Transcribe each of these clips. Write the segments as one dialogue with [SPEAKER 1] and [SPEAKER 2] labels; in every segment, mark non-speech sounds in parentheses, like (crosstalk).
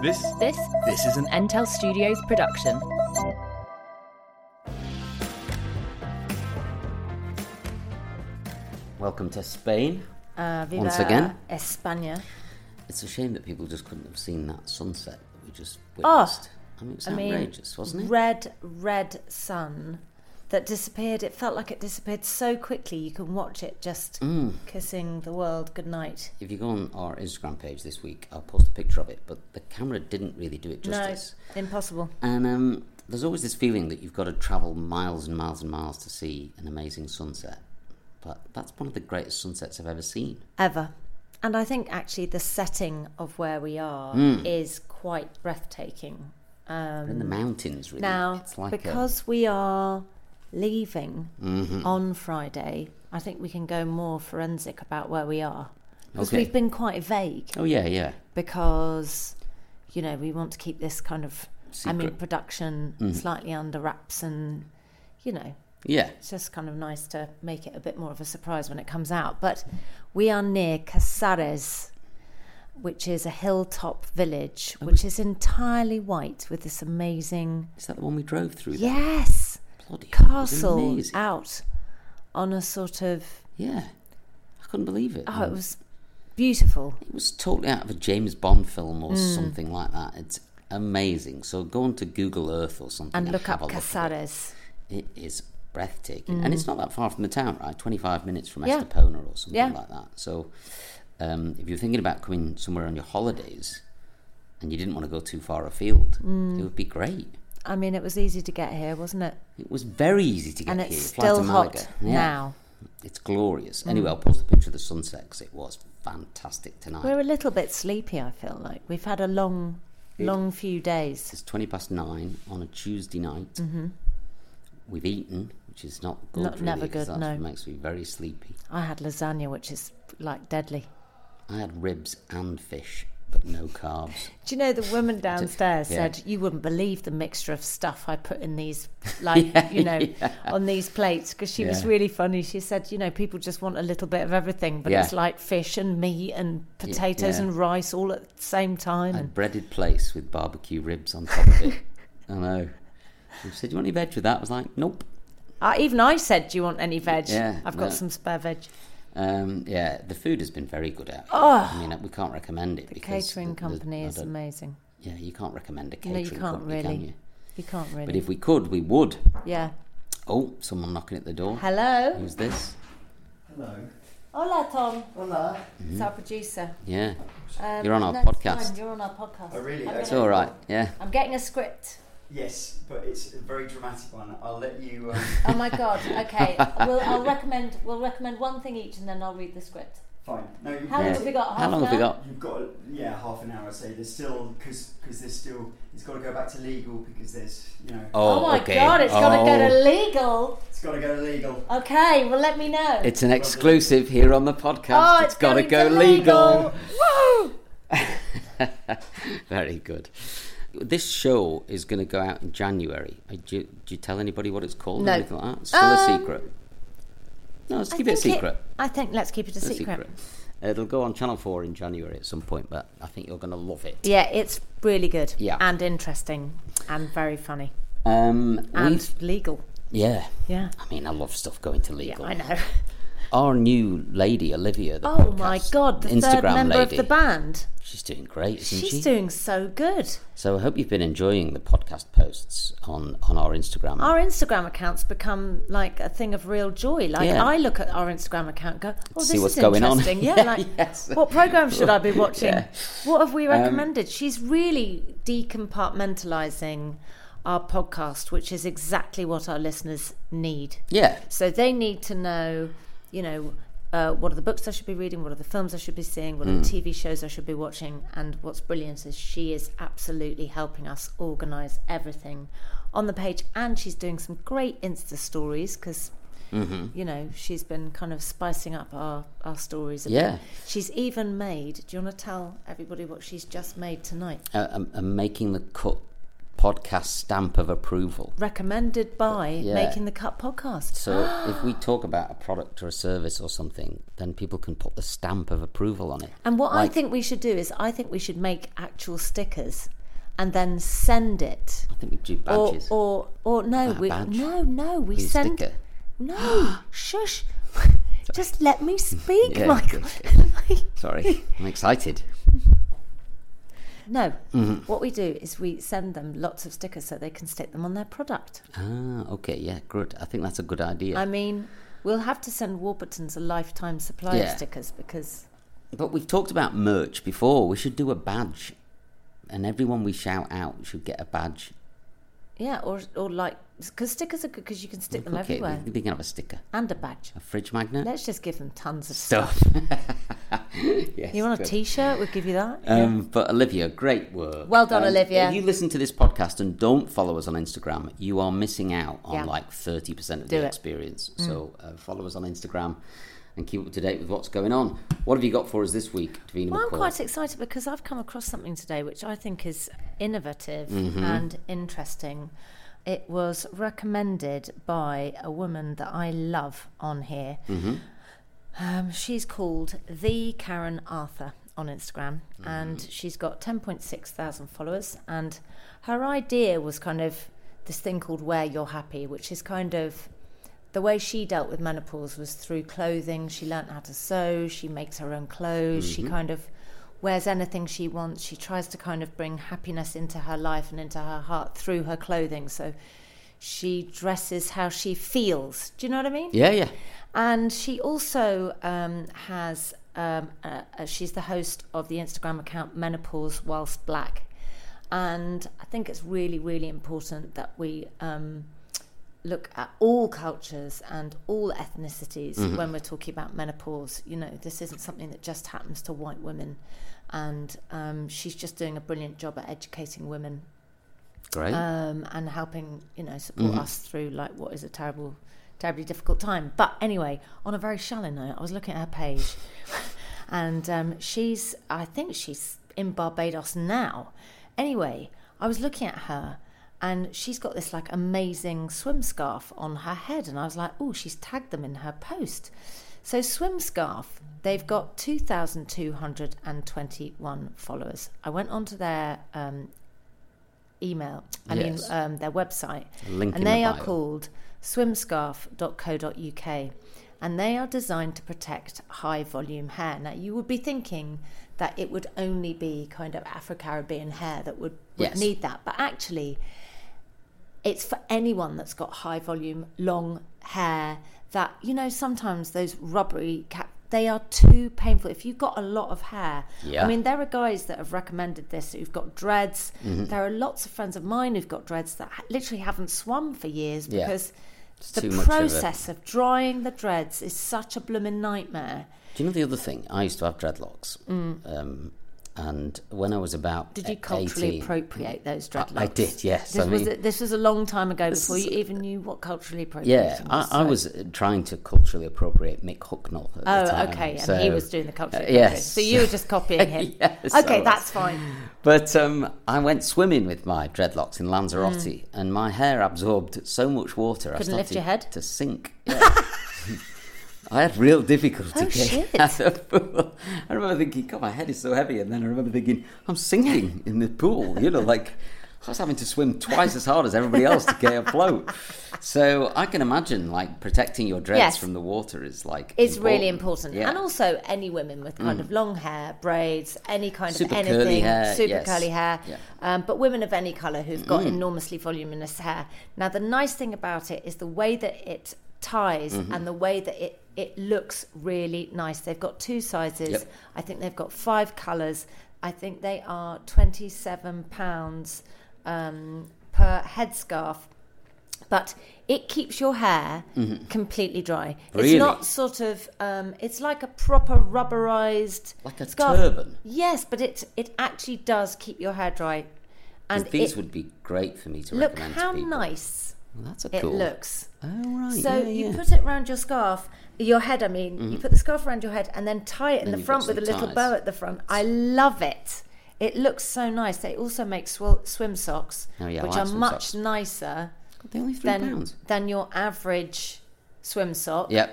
[SPEAKER 1] This
[SPEAKER 2] This
[SPEAKER 1] this is an
[SPEAKER 2] Entel Studios production.
[SPEAKER 3] Welcome to Spain.
[SPEAKER 2] Uh, viva
[SPEAKER 3] Once again.
[SPEAKER 2] España.
[SPEAKER 3] It's a shame that people just couldn't have seen that sunset that we just
[SPEAKER 2] Oh,
[SPEAKER 3] witnessed. I mean, it was
[SPEAKER 2] I mean,
[SPEAKER 3] outrageous, wasn't it?
[SPEAKER 2] Red, red sun that disappeared. It felt like it disappeared so quickly. You can watch it just
[SPEAKER 3] Mm.
[SPEAKER 2] kissing the world goodnight.
[SPEAKER 3] If you go on our Instagram page this week, I'll post a picture of it, but the camera didn't really do it justice.
[SPEAKER 2] No, impossible.
[SPEAKER 3] And um, there's always this feeling that you've got to travel miles and miles and miles to see an amazing sunset. But that's one of the greatest sunsets I've ever seen.
[SPEAKER 2] Ever. And I think actually the setting of where we are
[SPEAKER 3] Mm.
[SPEAKER 2] is quite breathtaking.
[SPEAKER 3] We're in the mountains, really.
[SPEAKER 2] Um, Now,
[SPEAKER 3] it's like
[SPEAKER 2] because we are leaving
[SPEAKER 3] Mm-hmm.
[SPEAKER 2] on Friday, I think we can go more forensic about where we are. Because
[SPEAKER 3] Okay.
[SPEAKER 2] we've been quite vague.
[SPEAKER 3] a, oh yeah, yeah,
[SPEAKER 2] because you know we want to keep this kind of I mean
[SPEAKER 3] Secret. Mm-hmm.
[SPEAKER 2] production slightly under wraps and you know
[SPEAKER 3] yeah.
[SPEAKER 2] it's just kind of nice to make it a bit more of a surprise when it comes out but we are near Casares which is a hilltop village
[SPEAKER 3] Oh,
[SPEAKER 2] which is entirely white with this amazing
[SPEAKER 3] Is that the one we drove through? there?
[SPEAKER 2] yes
[SPEAKER 3] Bloody hell, it was
[SPEAKER 2] castle
[SPEAKER 3] amazing.
[SPEAKER 2] out on a sort of
[SPEAKER 3] Yeah, I couldn't believe it.
[SPEAKER 2] oh it was beautiful
[SPEAKER 3] It was totally out of a James Bond film or
[SPEAKER 2] Hmm.
[SPEAKER 3] something like that. It's amazing. So go onto Google Earth or something
[SPEAKER 2] and look
[SPEAKER 3] have
[SPEAKER 2] up
[SPEAKER 3] a look at it.
[SPEAKER 2] Casares
[SPEAKER 3] It is breathtaking, and it's not that far from the town, right? Twenty-five minutes from
[SPEAKER 2] Yeah.
[SPEAKER 3] Estepona or something
[SPEAKER 2] Yeah.
[SPEAKER 3] like that. So um, if you're thinking about coming somewhere on your holidays and you didn't want to go too far afield,
[SPEAKER 2] Hmm.
[SPEAKER 3] it would be great.
[SPEAKER 2] I mean it was easy to get here wasn't it
[SPEAKER 3] It was very easy to get
[SPEAKER 2] and
[SPEAKER 3] here.
[SPEAKER 2] it's
[SPEAKER 3] Fly to
[SPEAKER 2] still hot
[SPEAKER 3] Malaga. Yeah.
[SPEAKER 2] now. Hmm.
[SPEAKER 3] It's glorious. Anyway, I'll post a picture of the sunset 'cause it was fantastic tonight.
[SPEAKER 2] We're a little bit sleepy. I feel like we've had a long, long few days.
[SPEAKER 3] It's 20 past nine on a Tuesday night. We've eaten, which is not good.
[SPEAKER 2] Mm-hmm. Not-
[SPEAKER 3] really,
[SPEAKER 2] never
[SPEAKER 3] 'cause
[SPEAKER 2] good,
[SPEAKER 3] That's
[SPEAKER 2] no.
[SPEAKER 3] what makes me very sleepy.
[SPEAKER 2] I had lasagna, which is like deadly.
[SPEAKER 3] I had ribs and fish, but no carbs.
[SPEAKER 2] Do you know the
[SPEAKER 3] (laughs)
[SPEAKER 2] woman downstairs
[SPEAKER 3] Yeah.
[SPEAKER 2] said you wouldn't believe the mixture of stuff I put in these,
[SPEAKER 3] (laughs)
[SPEAKER 2] like you know, on these plates because she was
[SPEAKER 3] Yeah.
[SPEAKER 2] really funny. She said, you know, people just want a little bit of everything, but
[SPEAKER 3] Yeah.
[SPEAKER 2] it's like fish and meat and potatoes
[SPEAKER 3] yeah.
[SPEAKER 2] and rice all at the same time.
[SPEAKER 3] A
[SPEAKER 2] And
[SPEAKER 3] breaded place with barbecue ribs on top of
[SPEAKER 2] (laughs)
[SPEAKER 3] it. I know. She said, "Do you want any veg with that?" I was like, "Nope."
[SPEAKER 2] I, even I said, do you want any veg?
[SPEAKER 3] Yeah,
[SPEAKER 2] I've got
[SPEAKER 3] no.
[SPEAKER 2] some spare veg.
[SPEAKER 3] Um, yeah, the food has been very good. Out. I mean, we can't recommend it.
[SPEAKER 2] The
[SPEAKER 3] because
[SPEAKER 2] catering
[SPEAKER 3] the- the-
[SPEAKER 2] company
[SPEAKER 3] I
[SPEAKER 2] is
[SPEAKER 3] don't-
[SPEAKER 2] amazing.
[SPEAKER 3] Yeah, you can't recommend a
[SPEAKER 2] No,
[SPEAKER 3] catering
[SPEAKER 2] you can't
[SPEAKER 3] company,
[SPEAKER 2] really.
[SPEAKER 3] can you?
[SPEAKER 2] You can't really.
[SPEAKER 3] But if we could, we would.
[SPEAKER 2] yeah.
[SPEAKER 3] Oh, someone knocking at the door.
[SPEAKER 2] Hello.
[SPEAKER 3] Who's this?
[SPEAKER 2] Hola, Tom. Hola. It's our producer. Um,
[SPEAKER 3] Yeah. Mm-hmm. You're on our
[SPEAKER 2] No, it's
[SPEAKER 3] podcast.
[SPEAKER 2] fine, You're on our podcast.
[SPEAKER 4] Oh, really?
[SPEAKER 2] I'm
[SPEAKER 4] Okay.
[SPEAKER 3] It's
[SPEAKER 2] gonna-
[SPEAKER 3] all right. Yeah.
[SPEAKER 2] I'm getting a script.
[SPEAKER 4] Yes, but it's a very dramatic one. I'll let
[SPEAKER 2] (laughs)
[SPEAKER 4] you. Um,
[SPEAKER 2] Oh my god.
[SPEAKER 3] (laughs)
[SPEAKER 2] Okay. we'll, I'll recommend. We'll recommend one thing each, and then I'll read the script.
[SPEAKER 4] fine. No, you've
[SPEAKER 2] How long
[SPEAKER 4] got,
[SPEAKER 2] have we got?
[SPEAKER 3] How
[SPEAKER 2] Half
[SPEAKER 3] long
[SPEAKER 2] an
[SPEAKER 3] have we
[SPEAKER 2] hour?
[SPEAKER 3] got?
[SPEAKER 4] you've got yeah half an hour. So there's still because because there's still it's got to go back to legal because there's you know
[SPEAKER 2] Oh, my god! It's got to go
[SPEAKER 3] Oh.
[SPEAKER 2] to legal.
[SPEAKER 4] it's got to go to legal.
[SPEAKER 2] Okay. Well, let me know.
[SPEAKER 3] It's an exclusive here on the podcast.
[SPEAKER 2] oh, it's,
[SPEAKER 3] got to go
[SPEAKER 2] going to
[SPEAKER 3] legal.
[SPEAKER 2] Woo!
[SPEAKER 3] (laughs) Very good. This show is going to go out in January. Uh, Do you, do you tell anybody what it's called?
[SPEAKER 2] No.
[SPEAKER 3] or anything like that? It's still a
[SPEAKER 2] Um,
[SPEAKER 3] secret. No, let's
[SPEAKER 2] I
[SPEAKER 3] keep it a
[SPEAKER 2] think
[SPEAKER 3] secret.
[SPEAKER 2] I think let's keep it a
[SPEAKER 3] It's
[SPEAKER 2] secret.
[SPEAKER 3] Uh, it'll go on Channel 4 in January at some point, but I think you're going to love it.
[SPEAKER 2] Yeah, it's really good.
[SPEAKER 3] Yeah.
[SPEAKER 2] And interesting, and very funny,
[SPEAKER 3] Um,
[SPEAKER 2] and
[SPEAKER 3] we've-
[SPEAKER 2] legal.
[SPEAKER 3] yeah.
[SPEAKER 2] Yeah.
[SPEAKER 3] I mean, I love stuff going to
[SPEAKER 2] Yeah,
[SPEAKER 3] legal.
[SPEAKER 2] I know.
[SPEAKER 3] Our new lady, Olivia. The
[SPEAKER 2] Oh my
[SPEAKER 3] podcast
[SPEAKER 2] god, the
[SPEAKER 3] Instagram
[SPEAKER 2] third member
[SPEAKER 3] lady.
[SPEAKER 2] of the band.
[SPEAKER 3] She's doing great, isn't
[SPEAKER 2] She's
[SPEAKER 3] she?
[SPEAKER 2] doing so good.
[SPEAKER 3] So I hope you've been enjoying the podcast posts on, on our Instagram.
[SPEAKER 2] Our Instagram accounts become like a thing of real joy. Like
[SPEAKER 3] Yeah.
[SPEAKER 2] I look at our Instagram account, and go, oh, this
[SPEAKER 3] See what's
[SPEAKER 2] is
[SPEAKER 3] going on."
[SPEAKER 2] interesting. Yeah,
[SPEAKER 3] (laughs) Yeah,
[SPEAKER 2] like
[SPEAKER 3] yes.
[SPEAKER 2] what program should
[SPEAKER 3] (laughs)
[SPEAKER 2] I be watching?
[SPEAKER 3] Yeah. Um,
[SPEAKER 2] What have we recommended? She's really decompartmentalizing our podcast, which is exactly what our listeners need.
[SPEAKER 3] yeah,
[SPEAKER 2] So they need to know, you know, uh, what are the books I should be reading, what are the films I should be seeing, what are
[SPEAKER 3] Mm.
[SPEAKER 2] the TV shows I should be watching. And what's brilliant is she is absolutely helping us organise everything on the page. And she's doing some great Insta stories because.
[SPEAKER 3] Mm-hmm.
[SPEAKER 2] You know, she's been kind of spicing up our, our stories. A
[SPEAKER 3] Yeah.
[SPEAKER 2] bit. She's even made, do you want to tell everybody what she's just made tonight?
[SPEAKER 3] Uh, I'm, I'm making the cut podcast stamp of approval.
[SPEAKER 2] recommended by
[SPEAKER 3] Yeah.
[SPEAKER 2] Making the Cut podcast.
[SPEAKER 3] So
[SPEAKER 2] (gasps)
[SPEAKER 3] if we talk about a product or a service or something, then people can put the stamp of approval on it.
[SPEAKER 2] And what I
[SPEAKER 3] Like-
[SPEAKER 2] think we should do is, I think we should make actual stickers and then send it.
[SPEAKER 3] I think we do
[SPEAKER 2] Or,
[SPEAKER 3] badges.
[SPEAKER 2] or, or no,
[SPEAKER 3] Like a
[SPEAKER 2] we,
[SPEAKER 3] badge?
[SPEAKER 2] no, no, we
[SPEAKER 3] With a
[SPEAKER 2] send.
[SPEAKER 3] sticker. (gasps)
[SPEAKER 2] No, shush. Just let me speak,
[SPEAKER 3] Yeah,
[SPEAKER 2] Michael. (laughs)
[SPEAKER 3] good, Sorry, I'm excited.
[SPEAKER 2] no,
[SPEAKER 3] Mm-hmm.
[SPEAKER 2] what we do is we send them lots of stickers so they can stick them on their product.
[SPEAKER 3] Ah, okay, yeah, good. I think that's a good idea.
[SPEAKER 2] I mean, we'll have to send Warburton's a lifetime supply
[SPEAKER 3] Yeah.
[SPEAKER 2] of stickers because
[SPEAKER 3] But we've talked about merch before. We should do a badge, and everyone we shout out should get a badge.
[SPEAKER 2] yeah, or or like because stickers are good because you can stick them
[SPEAKER 3] okay,
[SPEAKER 2] everywhere
[SPEAKER 3] we, we can have a sticker,
[SPEAKER 2] and a badge.
[SPEAKER 3] a fridge magnet.
[SPEAKER 2] Let's just give them tons of
[SPEAKER 3] (laughs)
[SPEAKER 2] stuff. (laughs)
[SPEAKER 3] stuff. Yes,
[SPEAKER 2] You want a
[SPEAKER 3] good.
[SPEAKER 2] T-shirt? We'll give you that.
[SPEAKER 3] Um, but Olivia, great work.
[SPEAKER 2] Well done,
[SPEAKER 3] Um,
[SPEAKER 2] Olivia.
[SPEAKER 3] If you listen to this podcast and don't follow us on Instagram, you are missing out on
[SPEAKER 2] Yeah.
[SPEAKER 3] like 30% of the
[SPEAKER 2] Do it. Mm.
[SPEAKER 3] experience. So uh, follow us on Instagram and keep up to date with what's going on. What have you got for us this week, Davina
[SPEAKER 2] well, I'm
[SPEAKER 3] McCall?
[SPEAKER 2] quite excited because I've come across something today which I think is innovative
[SPEAKER 3] Mm-hmm.
[SPEAKER 2] and interesting. It was recommended by a woman that I love on here. Um, she's called the Karen Arthur on Instagram, and she's got 10.6 thousand followers. And her idea was kind of this thing called "Where You're Happy," which is kind of the way she dealt with menopause was through clothing. She learnt how to sew. She makes her own clothes. She kind of wears anything she wants. She tries to kind of bring happiness into her life and into her heart through her clothing. So she dresses how she feels. Do you know what I mean?
[SPEAKER 3] yeah, yeah.
[SPEAKER 2] And she also um, has, um, uh, uh, she's the host of the Instagram account Menopause Whilst Black. And I think it's really, really important that we um, look at all cultures and all ethnicities when we're talking about menopause. You know, this isn't something that just happens to white women. And um, she's just doing a brilliant job at educating women
[SPEAKER 3] Great.
[SPEAKER 2] um, and helping you know support us through like what is a terrible terribly difficult time but anyway on a very shallow note i was looking at her page and um, she's i think she's in barbados now anyway i was looking at her and she's got this like amazing swim scarf on her head and i was like oh she's tagged them in her post so swim scarf they've got 2221 followers i went onto their um, email. I
[SPEAKER 3] Yes.
[SPEAKER 2] mean, um, their website.
[SPEAKER 3] Link in
[SPEAKER 2] and they
[SPEAKER 3] the
[SPEAKER 2] are
[SPEAKER 3] bio.
[SPEAKER 2] called swimscarf.co.uk. And they are designed to protect high volume hair. Now, you would be thinking that it would only be kind of Afro Caribbean hair that would, would
[SPEAKER 3] Yes.
[SPEAKER 2] need that. But actually, it's for anyone that's got high volume, long hair. That you know, sometimes those rubbery cap they are too painful. If you've got a lot of hair,
[SPEAKER 3] Yeah.
[SPEAKER 2] I mean, there are guys that have recommended this who've got dreads.
[SPEAKER 3] Mm-hmm.
[SPEAKER 2] There are lots of friends of mine who've got dreads that ha- literally haven't swum for years
[SPEAKER 3] Yeah.
[SPEAKER 2] because
[SPEAKER 3] too
[SPEAKER 2] the
[SPEAKER 3] much of a-
[SPEAKER 2] process of, drying the dreads is such a blooming nightmare.
[SPEAKER 3] Do you know the other thing? I used to have dreadlocks. Um, and when I was about
[SPEAKER 2] Did you
[SPEAKER 3] e-
[SPEAKER 2] culturally
[SPEAKER 3] 18
[SPEAKER 2] appropriate those dreadlocks?
[SPEAKER 3] I did, yes. I
[SPEAKER 2] This, was
[SPEAKER 3] mean-
[SPEAKER 2] a, this was a long time ago before you even knew what culturally appropriate.
[SPEAKER 3] Yeah, I, I was uh, trying to culturally appropriate Mick Hucknall at
[SPEAKER 2] Oh,
[SPEAKER 3] the time.
[SPEAKER 2] okay. And
[SPEAKER 3] so-
[SPEAKER 2] he was doing the culture.
[SPEAKER 3] Uh, yes.
[SPEAKER 2] So you were
[SPEAKER 3] (laughs)
[SPEAKER 2] just copying him.
[SPEAKER 3] Yes, I
[SPEAKER 2] okay,
[SPEAKER 3] was.
[SPEAKER 2] that's fine.
[SPEAKER 3] But um, I went swimming with my dreadlocks in Lanzarote, and my hair absorbed so much water. I
[SPEAKER 2] Hmm. Couldn't
[SPEAKER 3] started
[SPEAKER 2] lift your head?
[SPEAKER 3] to
[SPEAKER 2] (laughs)
[SPEAKER 3] sink. Yeah. (laughs) I had real difficulty
[SPEAKER 2] Oh,
[SPEAKER 3] getting
[SPEAKER 2] shit.
[SPEAKER 3] out of the pool. I remember thinking, "God, my head is so heavy," and then I remember thinking, "I'm sinking in the pool." You know, like I was having to swim twice as hard as everybody else to get afloat. So I can imagine, like protecting your dreads
[SPEAKER 2] Yes.
[SPEAKER 3] from the water is like
[SPEAKER 2] It's really important.
[SPEAKER 3] Yeah. Mm.
[SPEAKER 2] And also, any women with kind of long hair, braids, any kind
[SPEAKER 3] Super
[SPEAKER 2] of
[SPEAKER 3] curly
[SPEAKER 2] anything,
[SPEAKER 3] hair,
[SPEAKER 2] super
[SPEAKER 3] yes.
[SPEAKER 2] curly hair,
[SPEAKER 3] Yeah. Mm.
[SPEAKER 2] um, but women of any colour who've got enormously voluminous hair. Now, the nice thing about it is the way that it ties
[SPEAKER 3] Mm-hmm.
[SPEAKER 2] and the way that it it looks really nice. They've got two sizes.
[SPEAKER 3] Yep.
[SPEAKER 2] I think they've got five colours. I think they are twenty seven pounds um, per headscarf. but it keeps your hair completely dry.
[SPEAKER 3] Mm-hmm. Really?
[SPEAKER 2] It's not sort of. Um, it's like a proper rubberized
[SPEAKER 3] Like a
[SPEAKER 2] scarf.
[SPEAKER 3] turban?
[SPEAKER 2] Yes, but it it actually does keep your hair dry. And
[SPEAKER 3] these
[SPEAKER 2] it,
[SPEAKER 3] would be great for me to
[SPEAKER 2] look
[SPEAKER 3] recommend
[SPEAKER 2] how
[SPEAKER 3] to people.
[SPEAKER 2] nice
[SPEAKER 3] Well, that's a
[SPEAKER 2] it
[SPEAKER 3] cool.
[SPEAKER 2] looks.
[SPEAKER 3] Oh right.
[SPEAKER 2] So
[SPEAKER 3] yeah,
[SPEAKER 2] you
[SPEAKER 3] yeah. Mm-hmm.
[SPEAKER 2] put it around your scarf, your head. I mean, you put the scarf around your head and then tie it in the
[SPEAKER 3] you've
[SPEAKER 2] front
[SPEAKER 3] got
[SPEAKER 2] with a
[SPEAKER 3] some
[SPEAKER 2] little
[SPEAKER 3] ties.
[SPEAKER 2] bow at the front. I love it. It looks so nice. They also make sw- swim socks,
[SPEAKER 3] Oh, yeah, I
[SPEAKER 2] which
[SPEAKER 3] like
[SPEAKER 2] are
[SPEAKER 3] swim
[SPEAKER 2] much
[SPEAKER 3] socks.
[SPEAKER 2] nicer
[SPEAKER 3] They're only three
[SPEAKER 2] than
[SPEAKER 3] pounds.
[SPEAKER 2] than your average swim sock.
[SPEAKER 3] Yep.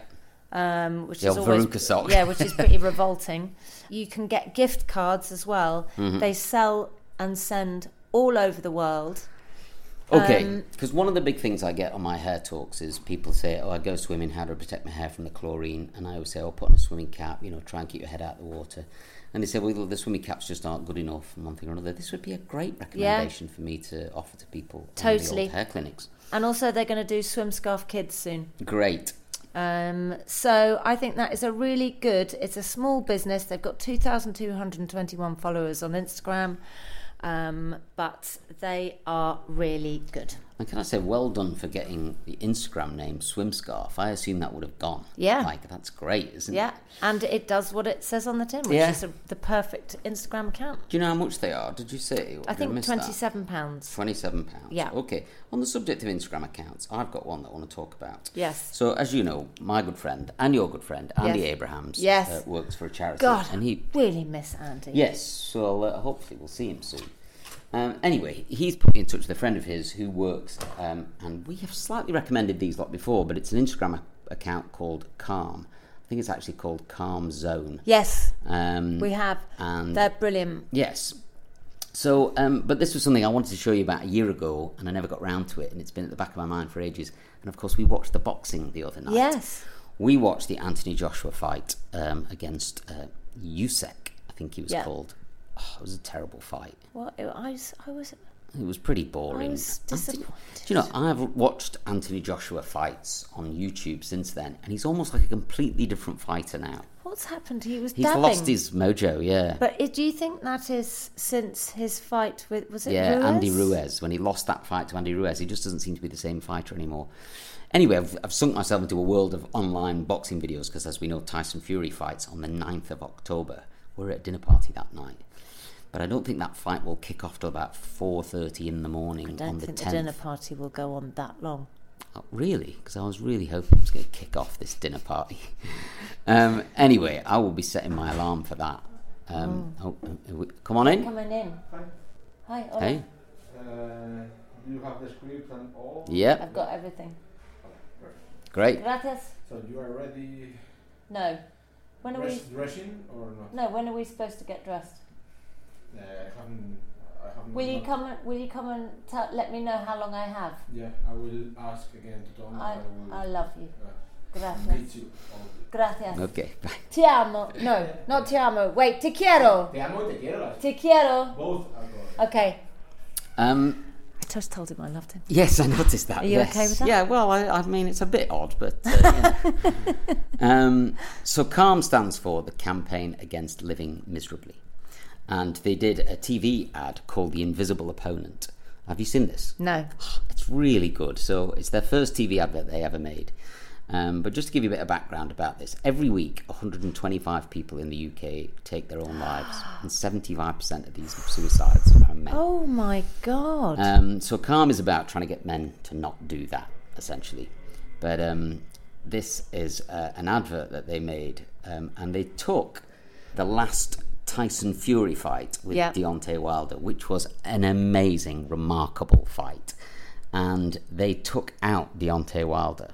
[SPEAKER 2] Um, which
[SPEAKER 3] The
[SPEAKER 2] is
[SPEAKER 3] old
[SPEAKER 2] always
[SPEAKER 3] Veruca sock.
[SPEAKER 2] yeah, which is
[SPEAKER 3] (laughs)
[SPEAKER 2] pretty revolting. You can get gift cards as well.
[SPEAKER 3] Mm-hmm.
[SPEAKER 2] They sell and send all over the world.
[SPEAKER 3] Okay,
[SPEAKER 2] Um,
[SPEAKER 3] because one of the big things I get on my hair talks is people say, "Oh, I go swimming. How do I protect my hair from the chlorine?" And I always say, "Oh, put on a swimming cap. You know, try and keep your head out of the water." And they say, "Well, the swimming caps just aren't good enough." And one thing or another, this would be a great recommendation for me to offer to people in the
[SPEAKER 2] Totally.
[SPEAKER 3] old hair clinics.
[SPEAKER 2] And also, they're going to do swim scarf kids soon.
[SPEAKER 3] Great.
[SPEAKER 2] Um, so I think that is a really good. It's a small business. They've got two thousand two hundred twenty-one followers on Instagram, um, but they are really good.
[SPEAKER 3] And can I say, well done for getting the Instagram name Swim Scarf. I assume that would have gone.
[SPEAKER 2] Yeah.
[SPEAKER 3] like that's great, isn't
[SPEAKER 2] Yeah,
[SPEAKER 3] it?
[SPEAKER 2] and it does what it says on the tin, which
[SPEAKER 3] Yeah.
[SPEAKER 2] is a, the perfect Instagram account.
[SPEAKER 3] Do you know how much they are? Did you say? Or
[SPEAKER 2] I
[SPEAKER 3] did
[SPEAKER 2] think
[SPEAKER 3] miss that?
[SPEAKER 2] twenty-seven pounds.
[SPEAKER 3] Twenty-seven pounds.
[SPEAKER 2] Yeah.
[SPEAKER 3] Okay. On the subject of Instagram accounts, I've got one that I want to talk about.
[SPEAKER 2] Yes.
[SPEAKER 3] So, as you know, my good friend and your good friend Andy
[SPEAKER 2] Yes.
[SPEAKER 3] Abrahams,
[SPEAKER 2] Yes.
[SPEAKER 3] uh, works for a charity,
[SPEAKER 2] God,
[SPEAKER 3] and he
[SPEAKER 2] really miss Andy.
[SPEAKER 3] Yes, so uh, hopefully we'll see him soon. Um, anyway, he's put me in touch with a friend of his who works, um, and we have slightly recommended these lot before, but it's an Instagram a- account called Calm. I think it's actually called Calm Zone.
[SPEAKER 2] Yes,
[SPEAKER 3] Um,
[SPEAKER 2] we have.
[SPEAKER 3] And
[SPEAKER 2] They're brilliant.
[SPEAKER 3] yes. So, um, but this was something I wanted to show you about a year ago, and I never got round to it, and it's been at the back of my mind for ages. And of course, we watched the boxing the other night.
[SPEAKER 2] Yes.
[SPEAKER 3] We watched the Anthony Joshua fight um, against uh, Usyk, I think he was
[SPEAKER 2] Yeah.
[SPEAKER 3] called. Oh, it was a terrible fight.
[SPEAKER 2] Well, it- I was, I was,
[SPEAKER 3] It was pretty boring.
[SPEAKER 2] I was
[SPEAKER 3] Anthony-
[SPEAKER 2] disappointed.
[SPEAKER 3] do you know, I've watched Anthony Joshua fights on YouTube since then, and he's almost like a completely different fighter now.
[SPEAKER 2] What's happened? He was
[SPEAKER 3] He's
[SPEAKER 2] dabbing.
[SPEAKER 3] lost his mojo, yeah.
[SPEAKER 2] But i- do you think that is since his fight with was it
[SPEAKER 3] yeah,
[SPEAKER 2] Ruiz?
[SPEAKER 3] Andy Ruiz. When he lost that fight to Andy Ruiz, he just doesn't seem to be the same fighter anymore. Anyway, I've, I've sunk myself into a world of online boxing videos because, as we know, Tyson Fury fights on the 9th of October. We are at a dinner party that night. But I don't think that fight will kick off till about 4.30 in the morning
[SPEAKER 2] I
[SPEAKER 3] on
[SPEAKER 2] don't
[SPEAKER 3] the
[SPEAKER 2] think
[SPEAKER 3] 10th.
[SPEAKER 2] the dinner party will go on that long.
[SPEAKER 3] Oh, really? Because I was really hoping it was going to kick off this dinner party. (laughs) um, anyway, I will be setting my alarm for that. Um,
[SPEAKER 2] Mm.
[SPEAKER 3] oh, uh, we- come on in.
[SPEAKER 2] Coming in. Hi, Ollie.
[SPEAKER 3] Hey.
[SPEAKER 4] Uh, you have the script and all,
[SPEAKER 3] Yeah,
[SPEAKER 2] I've got everything.
[SPEAKER 3] great.
[SPEAKER 2] Gracias.
[SPEAKER 4] so you are ready
[SPEAKER 2] No. When are we?
[SPEAKER 4] dress- dressing or not?
[SPEAKER 2] No. When are we supposed to get dressed?
[SPEAKER 4] Uh, I haven't. I haven't.
[SPEAKER 2] Will you
[SPEAKER 4] not-
[SPEAKER 2] come? and- Will you come and tell, let me know how long I have?
[SPEAKER 4] Yeah, I will ask again to Tom.
[SPEAKER 2] I
[SPEAKER 4] will uh,
[SPEAKER 2] I love you.
[SPEAKER 4] meet
[SPEAKER 2] Gracias.
[SPEAKER 4] you. all.
[SPEAKER 2] Gracias.
[SPEAKER 3] Okay, (laughs) bye.
[SPEAKER 2] Te amo. No, not te amo. Wait, te quiero.
[SPEAKER 4] Te amo, te quiero. like,
[SPEAKER 2] Te quiero.
[SPEAKER 4] Both are good.
[SPEAKER 2] Okay.
[SPEAKER 3] Um,
[SPEAKER 2] I just told him I loved him.
[SPEAKER 3] yes, I noticed that.
[SPEAKER 2] Are you
[SPEAKER 3] yes.
[SPEAKER 2] okay with that?
[SPEAKER 3] Yeah, well, I, I mean, it's a bit odd, but. Uh,
[SPEAKER 2] (laughs)
[SPEAKER 3] yeah. um, so, CALM stands for the Campaign Against Living Miserably. And they did a TV ad called The Invisible Opponent. Have you seen this?
[SPEAKER 2] No.
[SPEAKER 3] It's really good. So it's their first TV advert they ever made. Um, but just to give you a bit of background about this, every week 125 people in the UK take their own
[SPEAKER 2] (gasps)
[SPEAKER 3] lives, and 75% of these suicides are men.
[SPEAKER 2] Oh my god.
[SPEAKER 3] Um, so Calm is about trying to get men to not do that, essentially. But um, this is uh, an advert that they made, um, and they took the last Tyson Fury fight with
[SPEAKER 2] Yeah.
[SPEAKER 3] Deontay Wilder, which was an amazing, remarkable fight. And they took out Deontay Wilder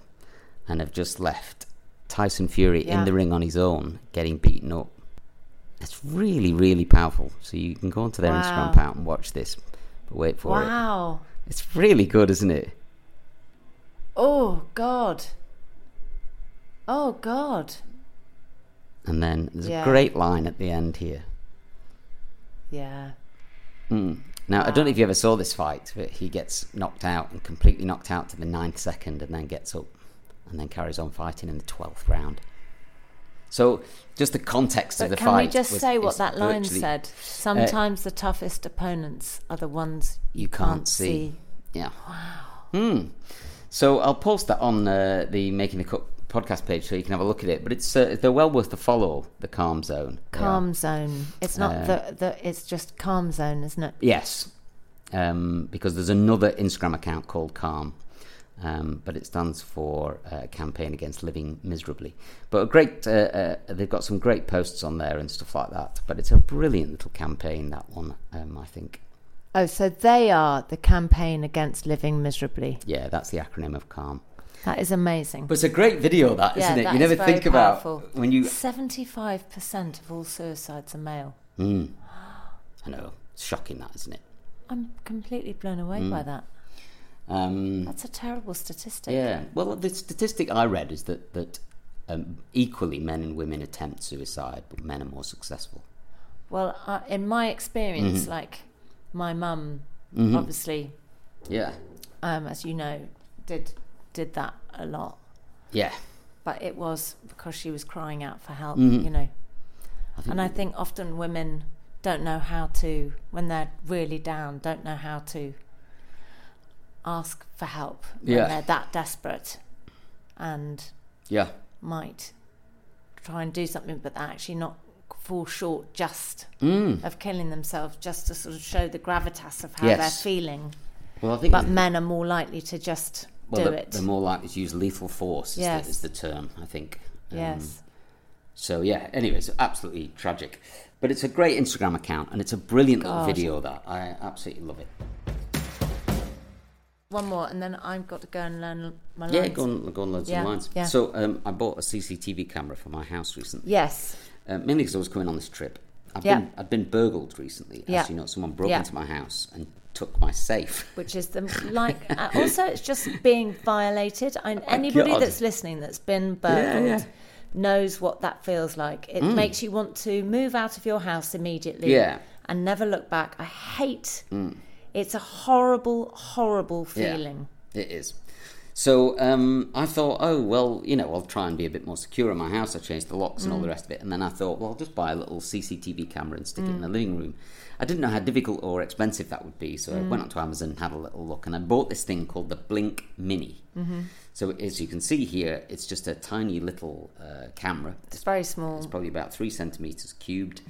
[SPEAKER 3] and have just left Tyson Fury in
[SPEAKER 2] Yeah.
[SPEAKER 3] the ring on his own, getting beaten up. It's really, really powerful. So you can go onto their
[SPEAKER 2] Wow.
[SPEAKER 3] Instagram account and watch this. But wait for it.
[SPEAKER 2] wow.
[SPEAKER 3] It's really good, isn't it?
[SPEAKER 2] Oh God. Oh God.
[SPEAKER 3] And then there's
[SPEAKER 2] Yeah.
[SPEAKER 3] a great line at the end here.
[SPEAKER 2] Yeah.
[SPEAKER 3] Now, I don't know if you
[SPEAKER 2] Um,
[SPEAKER 3] ever saw this fight, but he gets knocked out and completely knocked out to the ninth second and then gets up and then carries on fighting in the 12th round. So, just the context of
[SPEAKER 2] But
[SPEAKER 3] the
[SPEAKER 2] can
[SPEAKER 3] fight.
[SPEAKER 2] we just
[SPEAKER 3] was-
[SPEAKER 2] say what
[SPEAKER 3] is
[SPEAKER 2] that line
[SPEAKER 3] virtually- uh,
[SPEAKER 2] said? Sometimes the toughest opponents are the ones
[SPEAKER 3] You can't, see. Yeah. Wow. Hmm. So I'll post that on uh, the Making the Cut podcast page so you can have a look at it. But it's uh, they're well worth the follow. The Calm Zone. They are.
[SPEAKER 2] Calm zone. It's not
[SPEAKER 3] Uh,
[SPEAKER 2] the, the. It's just calm zone, isn't it?
[SPEAKER 3] Yes, um, because there's another Instagram account called Calm, um, but it stands for uh, Campaign Against Living Miserably. But a great, uh, uh, they've got some great posts on there and stuff like that. But it's a brilliant little campaign that one, um, I think.
[SPEAKER 2] Oh, so they are the campaign against living miserably.
[SPEAKER 3] Yeah, that's the acronym of Calm.
[SPEAKER 2] That is amazing.
[SPEAKER 3] But it's a great video, that
[SPEAKER 2] Yeah,
[SPEAKER 3] isn't it?
[SPEAKER 2] that
[SPEAKER 3] you
[SPEAKER 2] is
[SPEAKER 3] never
[SPEAKER 2] very
[SPEAKER 3] think
[SPEAKER 2] powerful.
[SPEAKER 3] about when you.
[SPEAKER 2] Seventy-five percent of all suicides are male.
[SPEAKER 3] Mm. I know, it's shocking, that isn't it?
[SPEAKER 2] I'm completely blown away
[SPEAKER 3] Mm.
[SPEAKER 2] by that.
[SPEAKER 3] Um,
[SPEAKER 2] That's a terrible statistic.
[SPEAKER 3] Yeah. Well, the statistic I read is that that um, equally men and women attempt suicide, but men are more successful.
[SPEAKER 2] Well, uh, in my experience, like my mum, obviously,
[SPEAKER 3] Yeah.
[SPEAKER 2] um, as you know, did did that a lot,
[SPEAKER 3] Yeah.
[SPEAKER 2] but it was because she was crying out for help, you know. and Mm-hmm. I think often women don't know how to when they're really down, don't know how to ask for help
[SPEAKER 3] Yeah.
[SPEAKER 2] when they're that desperate, and
[SPEAKER 3] Yeah.
[SPEAKER 2] might try and do something, but actually not fall short just of killing themselves, just to sort of show the gravitas of how
[SPEAKER 3] Mm. Yes.
[SPEAKER 2] they're feeling.
[SPEAKER 3] Well, I think
[SPEAKER 2] But men are more likely to just
[SPEAKER 3] well,
[SPEAKER 2] do
[SPEAKER 3] they're,
[SPEAKER 2] it.
[SPEAKER 3] they're more likely to use lethal force. Is,
[SPEAKER 2] Yes.
[SPEAKER 3] the, is the term I think. Um,
[SPEAKER 2] yes.
[SPEAKER 3] So yeah. Anyway, it's absolutely tragic, but it's a great Instagram account and it's a brilliant little
[SPEAKER 2] God.
[SPEAKER 3] video that I absolutely love it.
[SPEAKER 2] One more, and then I've got to go and learn my lines.
[SPEAKER 3] Yeah, go on, go on loads
[SPEAKER 2] Yeah,
[SPEAKER 3] of lines.
[SPEAKER 2] yeah.
[SPEAKER 3] So um, I bought a CCTV camera for my house recently.
[SPEAKER 2] Yes.
[SPEAKER 3] Uh, mainly because I was coming on this trip. I've
[SPEAKER 2] Yeah.
[SPEAKER 3] been I've been burgled recently.
[SPEAKER 2] Yeah.
[SPEAKER 3] As you know, someone broke
[SPEAKER 2] Yeah.
[SPEAKER 3] into my house and took my
[SPEAKER 2] (laughs)
[SPEAKER 3] safe.
[SPEAKER 2] Which is the like. uh, also, it's just being violated. And anybody
[SPEAKER 3] God.
[SPEAKER 2] that's listening that's been burgled
[SPEAKER 3] yeah. Mm.
[SPEAKER 2] knows what that feels like. It makes you want to move out of your house immediately.
[SPEAKER 3] Yeah. Mm.
[SPEAKER 2] And never look back. I hate. It's a horrible, horrible
[SPEAKER 3] Yeah.
[SPEAKER 2] feeling.
[SPEAKER 3] It is. So um, I thought, oh well, you know, I'll try and be a bit more secure in my house. I changed the locks and all the
[SPEAKER 2] Mm.
[SPEAKER 3] rest of it, and then I thought, well, I'll just buy a little CCTV camera and stick it
[SPEAKER 2] Mm.
[SPEAKER 3] in the living room. I didn't know how difficult or expensive that would be, so I
[SPEAKER 2] Mm.
[SPEAKER 3] went onto Amazon, had a little look, and I bought this thing called the Blink Mini. Mm-hmm. So as you can see here, it's just a tiny little uh, camera.
[SPEAKER 2] It's very small.
[SPEAKER 3] It's probably about three centimeters cubed,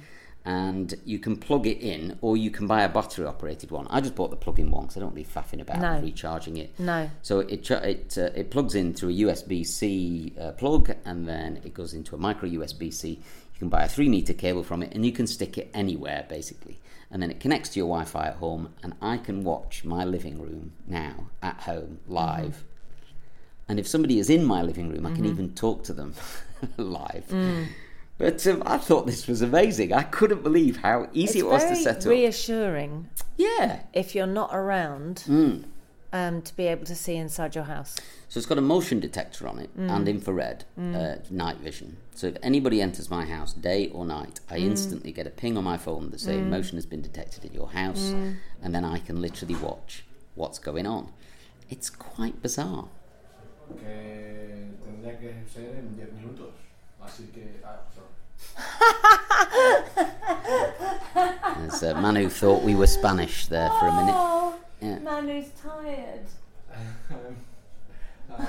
[SPEAKER 3] and you can plug it in, or you can buy a battery operated one. I just bought the plug-in one because I don't really faffing about
[SPEAKER 2] No.
[SPEAKER 3] recharging it.
[SPEAKER 2] No.
[SPEAKER 3] So it cha- it uh, it plugs in through a USB C uh, plug, and then it goes into a micro USB C. You can buy a three meter cable from it, and you can stick it anywhere basically. And then it connects to your Wi-Fi at home, and I can watch my living room now at home live. And if somebody is in my living room, I
[SPEAKER 2] Mm-hmm.
[SPEAKER 3] can even talk to them (laughs) live.
[SPEAKER 2] Mm.
[SPEAKER 3] But um, I thought this was amazing. I couldn't believe how
[SPEAKER 2] It's
[SPEAKER 3] easy it was
[SPEAKER 2] very
[SPEAKER 3] to set up.
[SPEAKER 2] reassuring
[SPEAKER 3] yeah.
[SPEAKER 2] if you're not around
[SPEAKER 3] Mm.
[SPEAKER 2] um, to be able to see inside your house.
[SPEAKER 3] So it's got a motion detector on it
[SPEAKER 2] Mm.
[SPEAKER 3] and infrared uh, night vision. So if anybody enters my house, day or night, I
[SPEAKER 2] Mm.
[SPEAKER 3] instantly get a ping on my phone that says motion has been detected in your house,
[SPEAKER 2] Mm.
[SPEAKER 3] and then I can literally watch what's going on. It's quite bizarre.
[SPEAKER 1] que tendría que ser en 10 minutos. Así que. ah, sorry.
[SPEAKER 3] There's a man who thought we were Spanish there for a minute. Yeah.
[SPEAKER 2] man who's tired.
[SPEAKER 1] As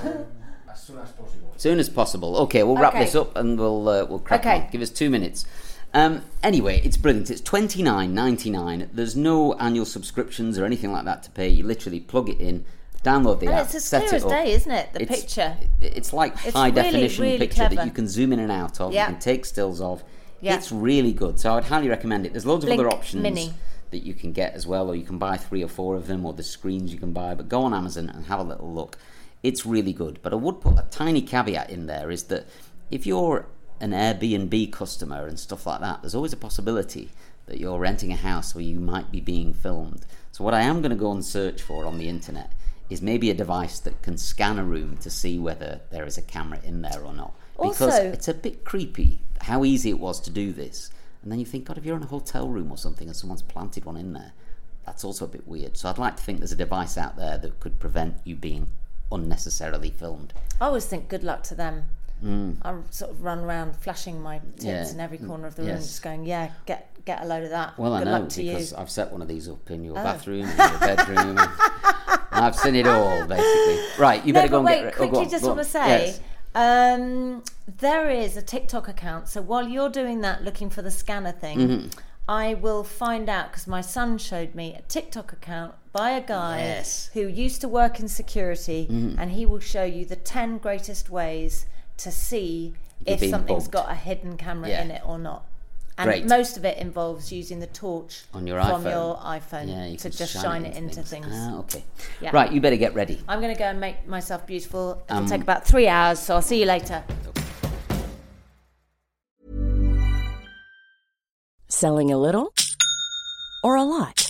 [SPEAKER 1] soon as possible.
[SPEAKER 3] Soon as possible. Okay, we'll wrap
[SPEAKER 2] Okay.
[SPEAKER 3] this up and we'll uh, we'll crack
[SPEAKER 2] Okay.
[SPEAKER 3] on. Give us two minutes. Um, anyway, it's brilliant. It's twenty nine ninety nine. There's no annual subscriptions or anything like that to pay. You literally plug it in, download the
[SPEAKER 2] And
[SPEAKER 3] app,
[SPEAKER 2] it's as
[SPEAKER 3] set
[SPEAKER 2] clear as
[SPEAKER 3] it up.
[SPEAKER 2] day, isn't it? The
[SPEAKER 3] It's-
[SPEAKER 2] picture.
[SPEAKER 3] it- It's like
[SPEAKER 2] It's
[SPEAKER 3] high
[SPEAKER 2] really,
[SPEAKER 3] definition
[SPEAKER 2] really
[SPEAKER 3] picture that
[SPEAKER 2] clever.
[SPEAKER 3] you can zoom in and out of.
[SPEAKER 2] Yeah.
[SPEAKER 3] You can take stills of.
[SPEAKER 2] Yeah.
[SPEAKER 3] It's really good. So I'd highly recommend it. There's loads
[SPEAKER 2] Blink
[SPEAKER 3] of other options
[SPEAKER 2] Mini.
[SPEAKER 3] that you can get as well, or you can buy three or four of them, or the screens you can buy. But go on Amazon and have a little look. It's really good. But I would put a tiny caveat in there is that if you're an Airbnb customer and stuff like that, there's always a possibility that you're renting a house where you might be being filmed. So what I am going to go and search for on the internet is maybe a device that can scan a room to see whether there is a camera in there or not. Because
[SPEAKER 2] Also-
[SPEAKER 3] it's a bit creepy how easy it was to do this. And then you think, God, if you're in a hotel room or something and someone's planted one in there, that's also a bit weird. So I'd like to think there's a device out there that could prevent you being unnecessarily filmed.
[SPEAKER 2] I always think good luck to them. I sort of run around flashing my tips
[SPEAKER 3] Mm. Yeah. Mm.
[SPEAKER 2] in every corner of the room,
[SPEAKER 3] Yes.
[SPEAKER 2] just going, "Yeah, get get a load of that."
[SPEAKER 3] Well,
[SPEAKER 2] good
[SPEAKER 3] I know
[SPEAKER 2] luck to you. Oh.
[SPEAKER 3] because I've set one of these up in your bathroom, in your bedroom. and I've seen it all, basically. Right, you
[SPEAKER 2] No,
[SPEAKER 3] better go and
[SPEAKER 2] but wait,
[SPEAKER 3] get. re- oh, go
[SPEAKER 2] quickly
[SPEAKER 3] on,
[SPEAKER 2] just
[SPEAKER 3] go
[SPEAKER 2] want to
[SPEAKER 3] on.
[SPEAKER 2] say
[SPEAKER 3] Yes.
[SPEAKER 2] um, there is a TikTok account. So while you're doing that, looking for the scanner thing,
[SPEAKER 3] Mm-hmm.
[SPEAKER 2] I will find out because my son showed me a TikTok account by a guy
[SPEAKER 3] Yes. Mm-hmm.
[SPEAKER 2] who used to work in security, and he will show you the 10 greatest ways to see
[SPEAKER 3] You're
[SPEAKER 2] if
[SPEAKER 3] being
[SPEAKER 2] something's
[SPEAKER 3] bugged.
[SPEAKER 2] got a hidden camera
[SPEAKER 3] Yeah.
[SPEAKER 2] in it or not. And
[SPEAKER 3] Great.
[SPEAKER 2] most of it involves using the torch
[SPEAKER 3] On your
[SPEAKER 2] from
[SPEAKER 3] iPhone.
[SPEAKER 2] your iPhone
[SPEAKER 3] Yeah, you
[SPEAKER 2] um, to
[SPEAKER 3] can
[SPEAKER 2] just shine it into things.
[SPEAKER 3] Ah, okay.
[SPEAKER 2] Yeah.
[SPEAKER 3] Right, you better get ready.
[SPEAKER 2] I'm going to go and make myself beautiful. It'll
[SPEAKER 3] Um,
[SPEAKER 2] take about three hours, so I'll see you later.
[SPEAKER 5] Selling a little or a lot?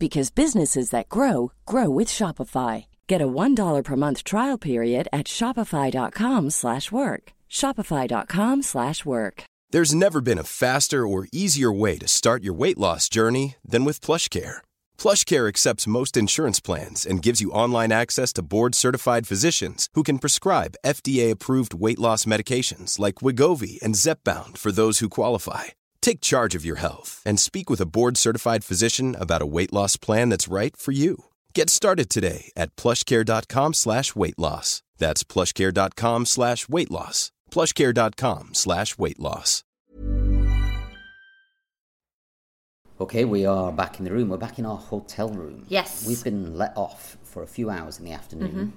[SPEAKER 5] because businesses that grow grow with Shopify. Get a $1 per month trial period at shopify.com/work. slash work. shopify.com/work. slash work.
[SPEAKER 6] There's never been a faster or easier way to start your weight loss journey than with PlushCare. PlushCare accepts most insurance plans and gives you online access to board-certified physicians who can prescribe FDA-approved weight loss medications like Wigovi and Zepbound for those who qualify. Take charge of your health and speak with a board-certified physician about a weight loss plan that's right for you. Get started today at plushcare.com slash weight loss. That's plushcare.com slash weight loss. plushcare.com slash weight loss.
[SPEAKER 3] Okay, we are back in the room. We're back in our hotel room.
[SPEAKER 2] Yes.
[SPEAKER 3] We've been let off for a few hours in the afternoon.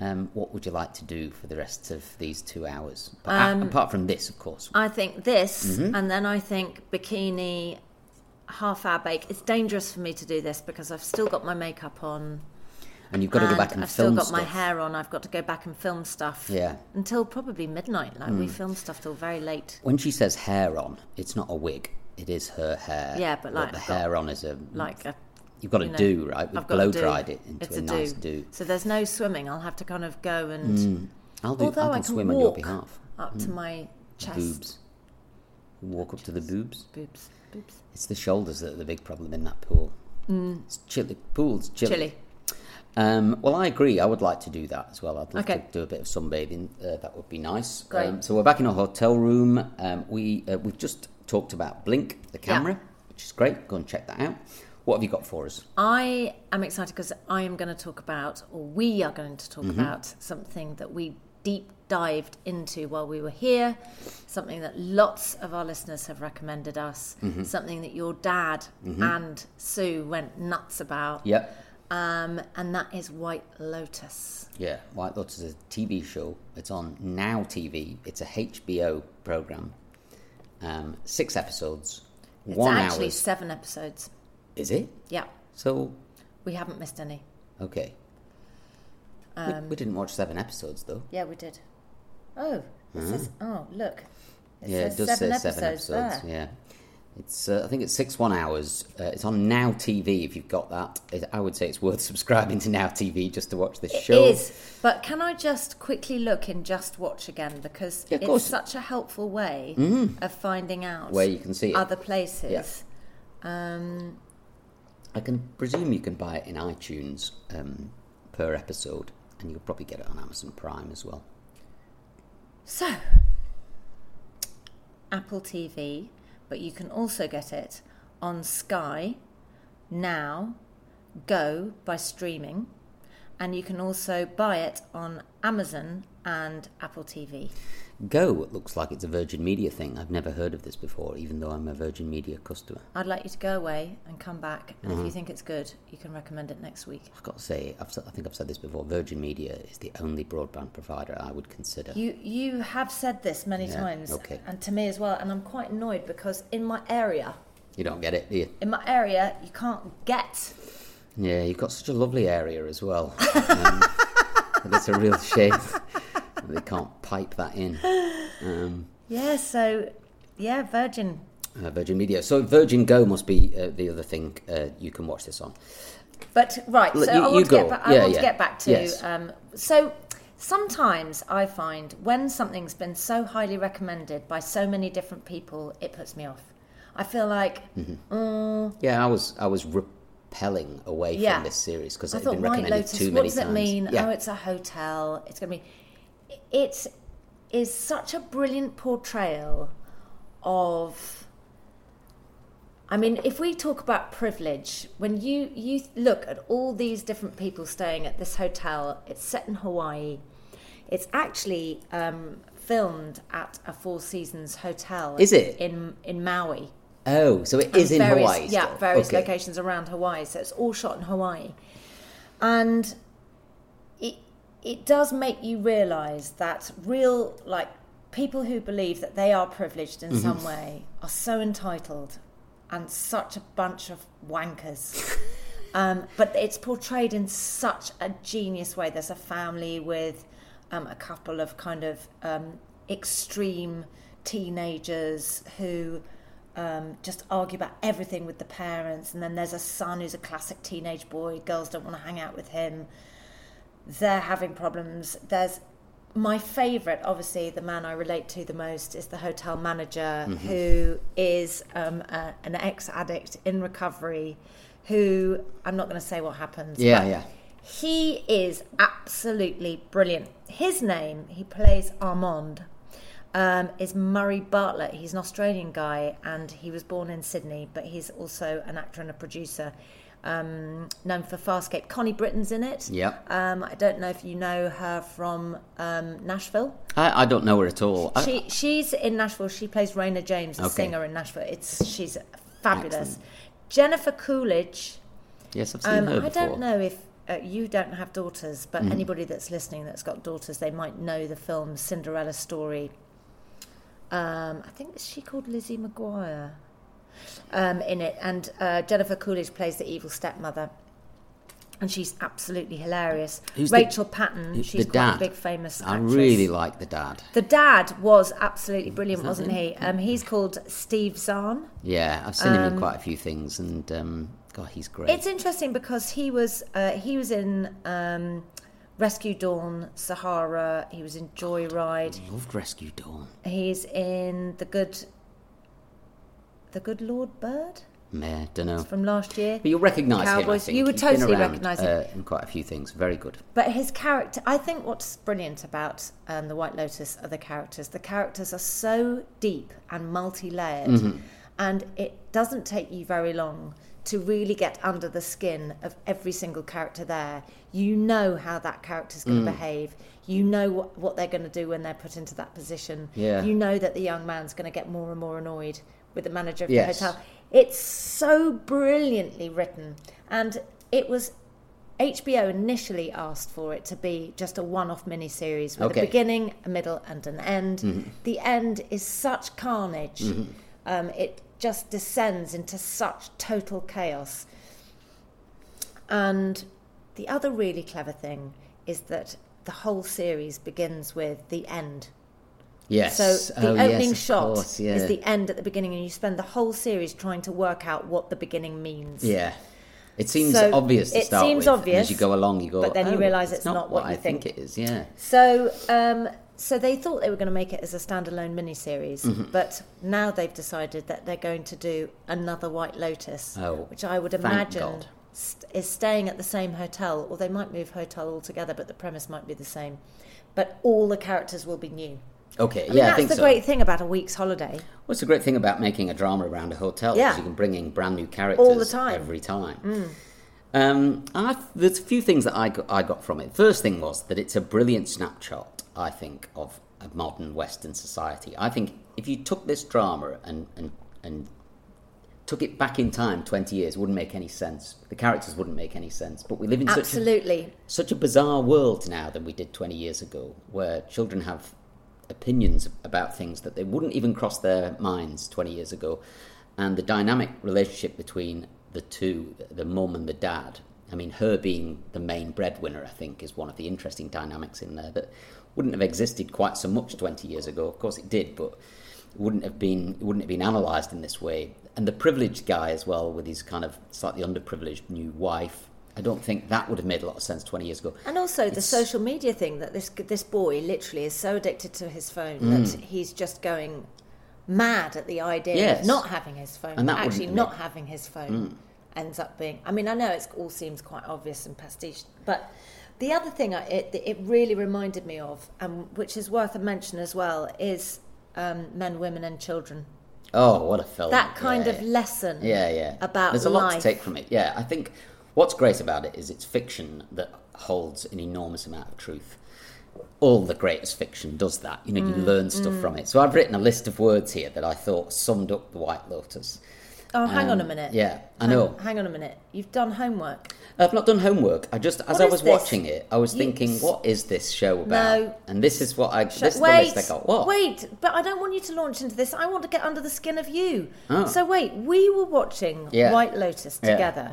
[SPEAKER 2] Mm-hmm.
[SPEAKER 3] Um, what would you like to do for the rest of these two hours? But a-
[SPEAKER 2] Um,
[SPEAKER 3] apart from this, of course.
[SPEAKER 2] I think this,
[SPEAKER 3] Mm-hmm.
[SPEAKER 2] and then I think bikini, half hour bake. It's dangerous for me to do this because I've still got my makeup on.
[SPEAKER 3] And you've got to
[SPEAKER 2] and
[SPEAKER 3] go back and
[SPEAKER 2] I've
[SPEAKER 3] film
[SPEAKER 2] still got
[SPEAKER 3] stuff.
[SPEAKER 2] my hair on. I've got to go back and film stuff.
[SPEAKER 3] Yeah. Mm.
[SPEAKER 2] Until probably midnight. Like we film stuff till very late.
[SPEAKER 3] When she says hair on, it's not a wig. It is her hair.
[SPEAKER 2] Yeah, but like
[SPEAKER 3] the
[SPEAKER 2] I've got-
[SPEAKER 3] hair on is a
[SPEAKER 2] Like a,
[SPEAKER 3] You've got to
[SPEAKER 2] you know,
[SPEAKER 3] do right. We've
[SPEAKER 2] I've got a
[SPEAKER 3] blow
[SPEAKER 2] do.
[SPEAKER 3] dried it into
[SPEAKER 2] It's
[SPEAKER 3] a, nice do. Mm.
[SPEAKER 2] So there's no swimming. I'll have to kind of go and
[SPEAKER 3] I'll do.
[SPEAKER 2] although
[SPEAKER 3] I
[SPEAKER 2] I
[SPEAKER 3] can,
[SPEAKER 2] can,
[SPEAKER 3] swim
[SPEAKER 2] walk
[SPEAKER 3] on your behalf.
[SPEAKER 2] up to my chest.
[SPEAKER 3] Mm. Boobs. Walk up to the boobs.
[SPEAKER 2] Boobs. Boobs.
[SPEAKER 3] It's the shoulders that are the big problem in that pool. It's chilly. Pool's chilly.
[SPEAKER 2] Mm. Chilly.
[SPEAKER 3] Um, well, I agree. I would like to do that as well. I'd like
[SPEAKER 2] Okay.
[SPEAKER 3] to do a bit of sunbathing. Uh, that would be nice.
[SPEAKER 2] Great.
[SPEAKER 3] Um, so we're back in a hotel room. Um, we uh, we've just talked about Blink, the camera, which is great. Go and check that out. What have you got for us?
[SPEAKER 2] I am excited because I am going to talk about, or we are going to
[SPEAKER 3] Mm-hmm.
[SPEAKER 2] talk about, something that we deep dived into while we were here, something that lots of our listeners have recommended us,
[SPEAKER 3] Mm-hmm.
[SPEAKER 2] something that your dad and Sue went nuts about,
[SPEAKER 3] Yep.
[SPEAKER 2] um, and that is White Lotus.
[SPEAKER 3] Yeah, White Lotus is a TV show. It's on Now TV. It's a HBO program. Um, six episodes,
[SPEAKER 2] It's
[SPEAKER 3] one
[SPEAKER 2] actually
[SPEAKER 3] hour.
[SPEAKER 2] seven episodes.
[SPEAKER 3] Is it?
[SPEAKER 2] Yeah,
[SPEAKER 3] So
[SPEAKER 2] we haven't missed any.
[SPEAKER 3] okay. We-
[SPEAKER 2] Um,
[SPEAKER 3] we, didn't watch seven episodes though.
[SPEAKER 2] Yeah, we did. Oh, this is, oh, look. It
[SPEAKER 3] yeah,
[SPEAKER 2] says
[SPEAKER 3] it does say seven episodes.
[SPEAKER 2] there.
[SPEAKER 3] Yeah, it's uh, I think it's six one hours. Uh, it's on Now TV. If you've got that, it, I would say it's worth (laughs) subscribing to Now TV just to watch the show.
[SPEAKER 2] Is but can I just quickly look in Just Watch again because
[SPEAKER 3] Yeah, of
[SPEAKER 2] it's
[SPEAKER 3] course. Mm.
[SPEAKER 2] such a helpful way of finding out
[SPEAKER 3] Where you can see it.
[SPEAKER 2] other places. Um,
[SPEAKER 3] I can presume you can buy it in iTunes um, per episode, and you'll probably get it on Amazon Prime as well.
[SPEAKER 2] so Apple TV, but you can also get it on Sky now, Go by streaming, and you can also buy it on Amazon and Apple TV.
[SPEAKER 3] Go looks like it's a Virgin Media thing. I've never heard of this before, even though I'm a Virgin Media customer.
[SPEAKER 2] I'd like you to go away and come back, and
[SPEAKER 3] Mm-hmm.
[SPEAKER 2] if you think it's good, you can recommend it next week.
[SPEAKER 3] I've got to say, I've, said- I think I've said this before. Virgin Media is the only broadband provider I would consider.
[SPEAKER 2] You you have said this many
[SPEAKER 3] Yeah,
[SPEAKER 2] times,
[SPEAKER 3] okay.
[SPEAKER 2] and to me as well, and I'm quite annoyed because in my area,
[SPEAKER 3] You don't get it, do you?
[SPEAKER 2] in my area, you can't get.
[SPEAKER 3] Yeah, you've got such a lovely area as
[SPEAKER 2] (laughs)
[SPEAKER 3] well. Um, and it's a real shame that they can't pipe that in.
[SPEAKER 2] Yeah, so yeah, Virgin.
[SPEAKER 3] Uh, Virgin Media. So Virgin Go must be uh, the other thing uh, you can watch this on.
[SPEAKER 2] But right,
[SPEAKER 3] Look,
[SPEAKER 2] so
[SPEAKER 3] you-
[SPEAKER 2] I
[SPEAKER 3] you
[SPEAKER 2] want, to
[SPEAKER 3] go.
[SPEAKER 2] get, ba- I
[SPEAKER 3] Yeah,
[SPEAKER 2] want
[SPEAKER 3] yeah.
[SPEAKER 2] to get back to
[SPEAKER 3] Yes.
[SPEAKER 2] um, so sometimes I find when something's been so highly recommended by so many different people, it puts me off. I feel like
[SPEAKER 3] Yeah, I was I was repelling away
[SPEAKER 2] Yeah.
[SPEAKER 3] from this series because
[SPEAKER 2] I
[SPEAKER 3] it had
[SPEAKER 2] thought
[SPEAKER 3] been
[SPEAKER 2] White
[SPEAKER 3] recommended
[SPEAKER 2] Lotus.
[SPEAKER 3] too
[SPEAKER 2] what
[SPEAKER 3] many
[SPEAKER 2] does it
[SPEAKER 3] times.
[SPEAKER 2] mean?
[SPEAKER 3] Yeah.
[SPEAKER 2] Oh, it's a hotel. It's going to be. It is such a brilliant portrayal of. I mean, if we talk about privilege, when you you look at all these different people staying at this hotel, it's set in Hawaii. It's actually um, filmed at a Four Seasons hotel.
[SPEAKER 3] Is it?
[SPEAKER 2] in in Maui?
[SPEAKER 3] oh, so it is in
[SPEAKER 2] various,
[SPEAKER 3] Hawaii.
[SPEAKER 2] Yeah,
[SPEAKER 3] still.
[SPEAKER 2] various
[SPEAKER 3] Okay.
[SPEAKER 2] locations around Hawaii. So it's all shot in Hawaii, and it it does make you realise that real like people who believe that they are privileged
[SPEAKER 3] Mm-hmm.
[SPEAKER 2] in some way are so entitled and such a bunch of wankers. Um, but it's portrayed in such a genius way. There's a family with um, a couple of kind of um, extreme teenagers who um, just argue about everything with the parents, and then there's a son who's a classic teenage boy. Girls don't want to hang out with him. They're having problems. There's my favourite, obviously, the man I relate to the most is the hotel manager, who is um, a, an ex addict in recovery. Who I'm not going to say what happens.
[SPEAKER 3] Yeah,
[SPEAKER 2] but
[SPEAKER 3] yeah.
[SPEAKER 2] he is absolutely brilliant. His name, he plays Armand, um, is Murray Bartlett. He's an Australian guy and he was born in Sydney, but he's also an actor and a producer um, known for Farscape. Connie Britton's in it.
[SPEAKER 3] Yep.
[SPEAKER 2] Um, I don't know if you know her from um, Nashville.
[SPEAKER 3] I, I don't know her at all. I-
[SPEAKER 2] She she's in Nashville. She plays Raina James, a
[SPEAKER 3] Okay.
[SPEAKER 2] singer in Nashville. It's she's fabulous.
[SPEAKER 3] Excellent.
[SPEAKER 2] Jennifer Coolidge.
[SPEAKER 3] yes, I've seen
[SPEAKER 2] Um,
[SPEAKER 3] her
[SPEAKER 2] I
[SPEAKER 3] before. Hmm.
[SPEAKER 2] don't know if uh, you don't have daughters, but anybody that's listening that's got daughters, they might know the film Cinderella Story. Um, I think is she called Lizzie McGuire um, in it, and uh, Jennifer Coolidge plays the evil stepmother, and she's absolutely hilarious.
[SPEAKER 3] Who's the-
[SPEAKER 2] Rachel Patton,
[SPEAKER 3] Who's
[SPEAKER 2] she's
[SPEAKER 3] the
[SPEAKER 2] quite
[SPEAKER 3] dad?
[SPEAKER 2] a big famous.
[SPEAKER 3] I
[SPEAKER 2] actress.
[SPEAKER 3] really like the dad.
[SPEAKER 2] The dad was absolutely brilliant, wasn't he? Um, he's called Steve Zahn.
[SPEAKER 3] Yeah, I've seen him in quite a few things, and um, God, he's great.
[SPEAKER 2] Um, It's interesting because he was uh, he was in um, Rescue Dawn, Sahara. He was in Joyride.
[SPEAKER 3] Loved Rescue Dawn.
[SPEAKER 2] He's in the Good, the Good Lord Bird
[SPEAKER 3] Meh, don't know.
[SPEAKER 2] from last year.
[SPEAKER 3] But you'll recognise him. I
[SPEAKER 2] Cowboys.
[SPEAKER 3] think.
[SPEAKER 2] You would
[SPEAKER 3] He's been
[SPEAKER 2] totally
[SPEAKER 3] around,
[SPEAKER 2] recognise him.
[SPEAKER 3] uh, in quite a few things. Very good.
[SPEAKER 2] But his character, I think what's brilliant about um, The White Lotus are the characters. The characters are so deep and multi layered,
[SPEAKER 3] Mm-hmm.
[SPEAKER 2] and it doesn't take you very long to really get under the skin of every single character there. You know how that character's going
[SPEAKER 3] Mm.
[SPEAKER 2] to behave, you know what, what they're going to do when they're put into that position,
[SPEAKER 3] Yeah.
[SPEAKER 2] you know that the young man's going to get more and more annoyed with the manager of
[SPEAKER 3] Yes.
[SPEAKER 2] the hotel. It's so brilliantly written, and it was HBO initially asked for it to be just a one-off miniseries with
[SPEAKER 3] Okay. Mm-hmm.
[SPEAKER 2] a beginning, a middle, and an end. The end is such carnage; um, it just descends into such total chaos. And the other really clever thing is that the whole series begins with the end.
[SPEAKER 3] Yes.
[SPEAKER 2] So the
[SPEAKER 3] Oh, yes,
[SPEAKER 2] opening
[SPEAKER 3] of
[SPEAKER 2] shot
[SPEAKER 3] course, yeah.
[SPEAKER 2] is the end at the beginning, and you spend the whole series trying to work out what the beginning means.
[SPEAKER 3] Yeah. It seems
[SPEAKER 2] So,
[SPEAKER 3] obvious to
[SPEAKER 2] it
[SPEAKER 3] start
[SPEAKER 2] seems
[SPEAKER 3] with, and
[SPEAKER 2] obvious,
[SPEAKER 3] as you go along, you go.
[SPEAKER 2] but then you
[SPEAKER 3] "Oh,
[SPEAKER 2] realise it's not what
[SPEAKER 3] I
[SPEAKER 2] you
[SPEAKER 3] think.
[SPEAKER 2] think."
[SPEAKER 3] it is. Yeah.
[SPEAKER 2] So, um, so they thought they were going to make it as a standalone miniseries,
[SPEAKER 3] Mm-hmm.
[SPEAKER 2] but now they've decided that they're going to do another White Lotus,
[SPEAKER 3] Oh,
[SPEAKER 2] which I would
[SPEAKER 3] thank
[SPEAKER 2] imagine
[SPEAKER 3] God.
[SPEAKER 2] st- is staying at the same hotel, or they might move hotel altogether, but the premise might be the same. But all the characters will be new.
[SPEAKER 3] Okay.
[SPEAKER 2] I mean,
[SPEAKER 3] yeah,
[SPEAKER 2] that's
[SPEAKER 3] I think
[SPEAKER 2] the
[SPEAKER 3] so.
[SPEAKER 2] great thing about a week's holiday.
[SPEAKER 3] What's the great thing about making a drama around a hotel?
[SPEAKER 2] Yeah.
[SPEAKER 3] Is you can bring in brand new characters
[SPEAKER 2] All the time. Mm.
[SPEAKER 3] every time. Um, I, there's a few things that I got, I got from it. First thing was that it's a brilliant snapshot, I think, of a modern Western society. I think if you took this drama and, and, and took it back in time 20 years, it wouldn't make any sense. The characters wouldn't make any sense. But we live in such a
[SPEAKER 2] Absolutely.
[SPEAKER 3] such a bizarre world now than we did 20 years ago, where children have opinions about things that they wouldn't even cross their minds 20 years ago. And the dynamic relationship between the two, the mum and the dad, I mean, her being the main breadwinner, I think, is one of the interesting dynamics in there that wouldn't have existed quite so much 20 years ago. Of course, it did, but wouldn't have been wouldn't have been analysed in this way. And the privileged guy as well, with his kind of slightly underprivileged new wife, I don't think that would have made a lot of sense 20 years ago.
[SPEAKER 2] And also the
[SPEAKER 3] It's-
[SPEAKER 2] social media thing that this this boy literally is so addicted to his phone
[SPEAKER 3] Mm.
[SPEAKER 2] that he's just going mad at the idea
[SPEAKER 3] Yes.
[SPEAKER 2] of not having his phone,
[SPEAKER 3] And that
[SPEAKER 2] actually
[SPEAKER 3] wouldn't Mm. be-
[SPEAKER 2] not having his phone ends up being. I mean, I know it all seems quite obvious and pastiche, but the other thing I, it it really reminded me of, and which is worth a mention as well, is um, men, women, and children.
[SPEAKER 3] Oh, what a film.
[SPEAKER 2] That kind
[SPEAKER 3] Yeah,
[SPEAKER 2] of
[SPEAKER 3] yeah.
[SPEAKER 2] lesson.
[SPEAKER 3] Yeah, yeah.
[SPEAKER 2] About
[SPEAKER 3] there's a lot to
[SPEAKER 2] life.
[SPEAKER 3] take from it. Yeah, I think what's great about it is it's fiction that holds an enormous amount of truth. All the greatest fiction does that. You know, you
[SPEAKER 2] Mm,
[SPEAKER 3] learn stuff from it. So I've written a list of words here that I thought summed up the White Lotus.
[SPEAKER 2] Oh, hang on a
[SPEAKER 3] Um,
[SPEAKER 2] minute.
[SPEAKER 3] Yeah, I
[SPEAKER 2] Hang-
[SPEAKER 3] know.
[SPEAKER 2] Hang on a minute. You've done homework.
[SPEAKER 3] I've not done homework. I just, as
[SPEAKER 2] What
[SPEAKER 3] I
[SPEAKER 2] is
[SPEAKER 3] was
[SPEAKER 2] this?
[SPEAKER 3] watching it, I was
[SPEAKER 2] You-
[SPEAKER 3] thinking, what is this show about?
[SPEAKER 2] No.
[SPEAKER 3] And this is what I. this is
[SPEAKER 2] wait,
[SPEAKER 3] the list I got. What?
[SPEAKER 2] wait, but I don't want you to launch into this. I want to get under the skin of you.
[SPEAKER 3] Oh.
[SPEAKER 2] So wait, we were watching
[SPEAKER 3] Yeah.
[SPEAKER 2] White Lotus
[SPEAKER 3] Yeah.
[SPEAKER 2] together,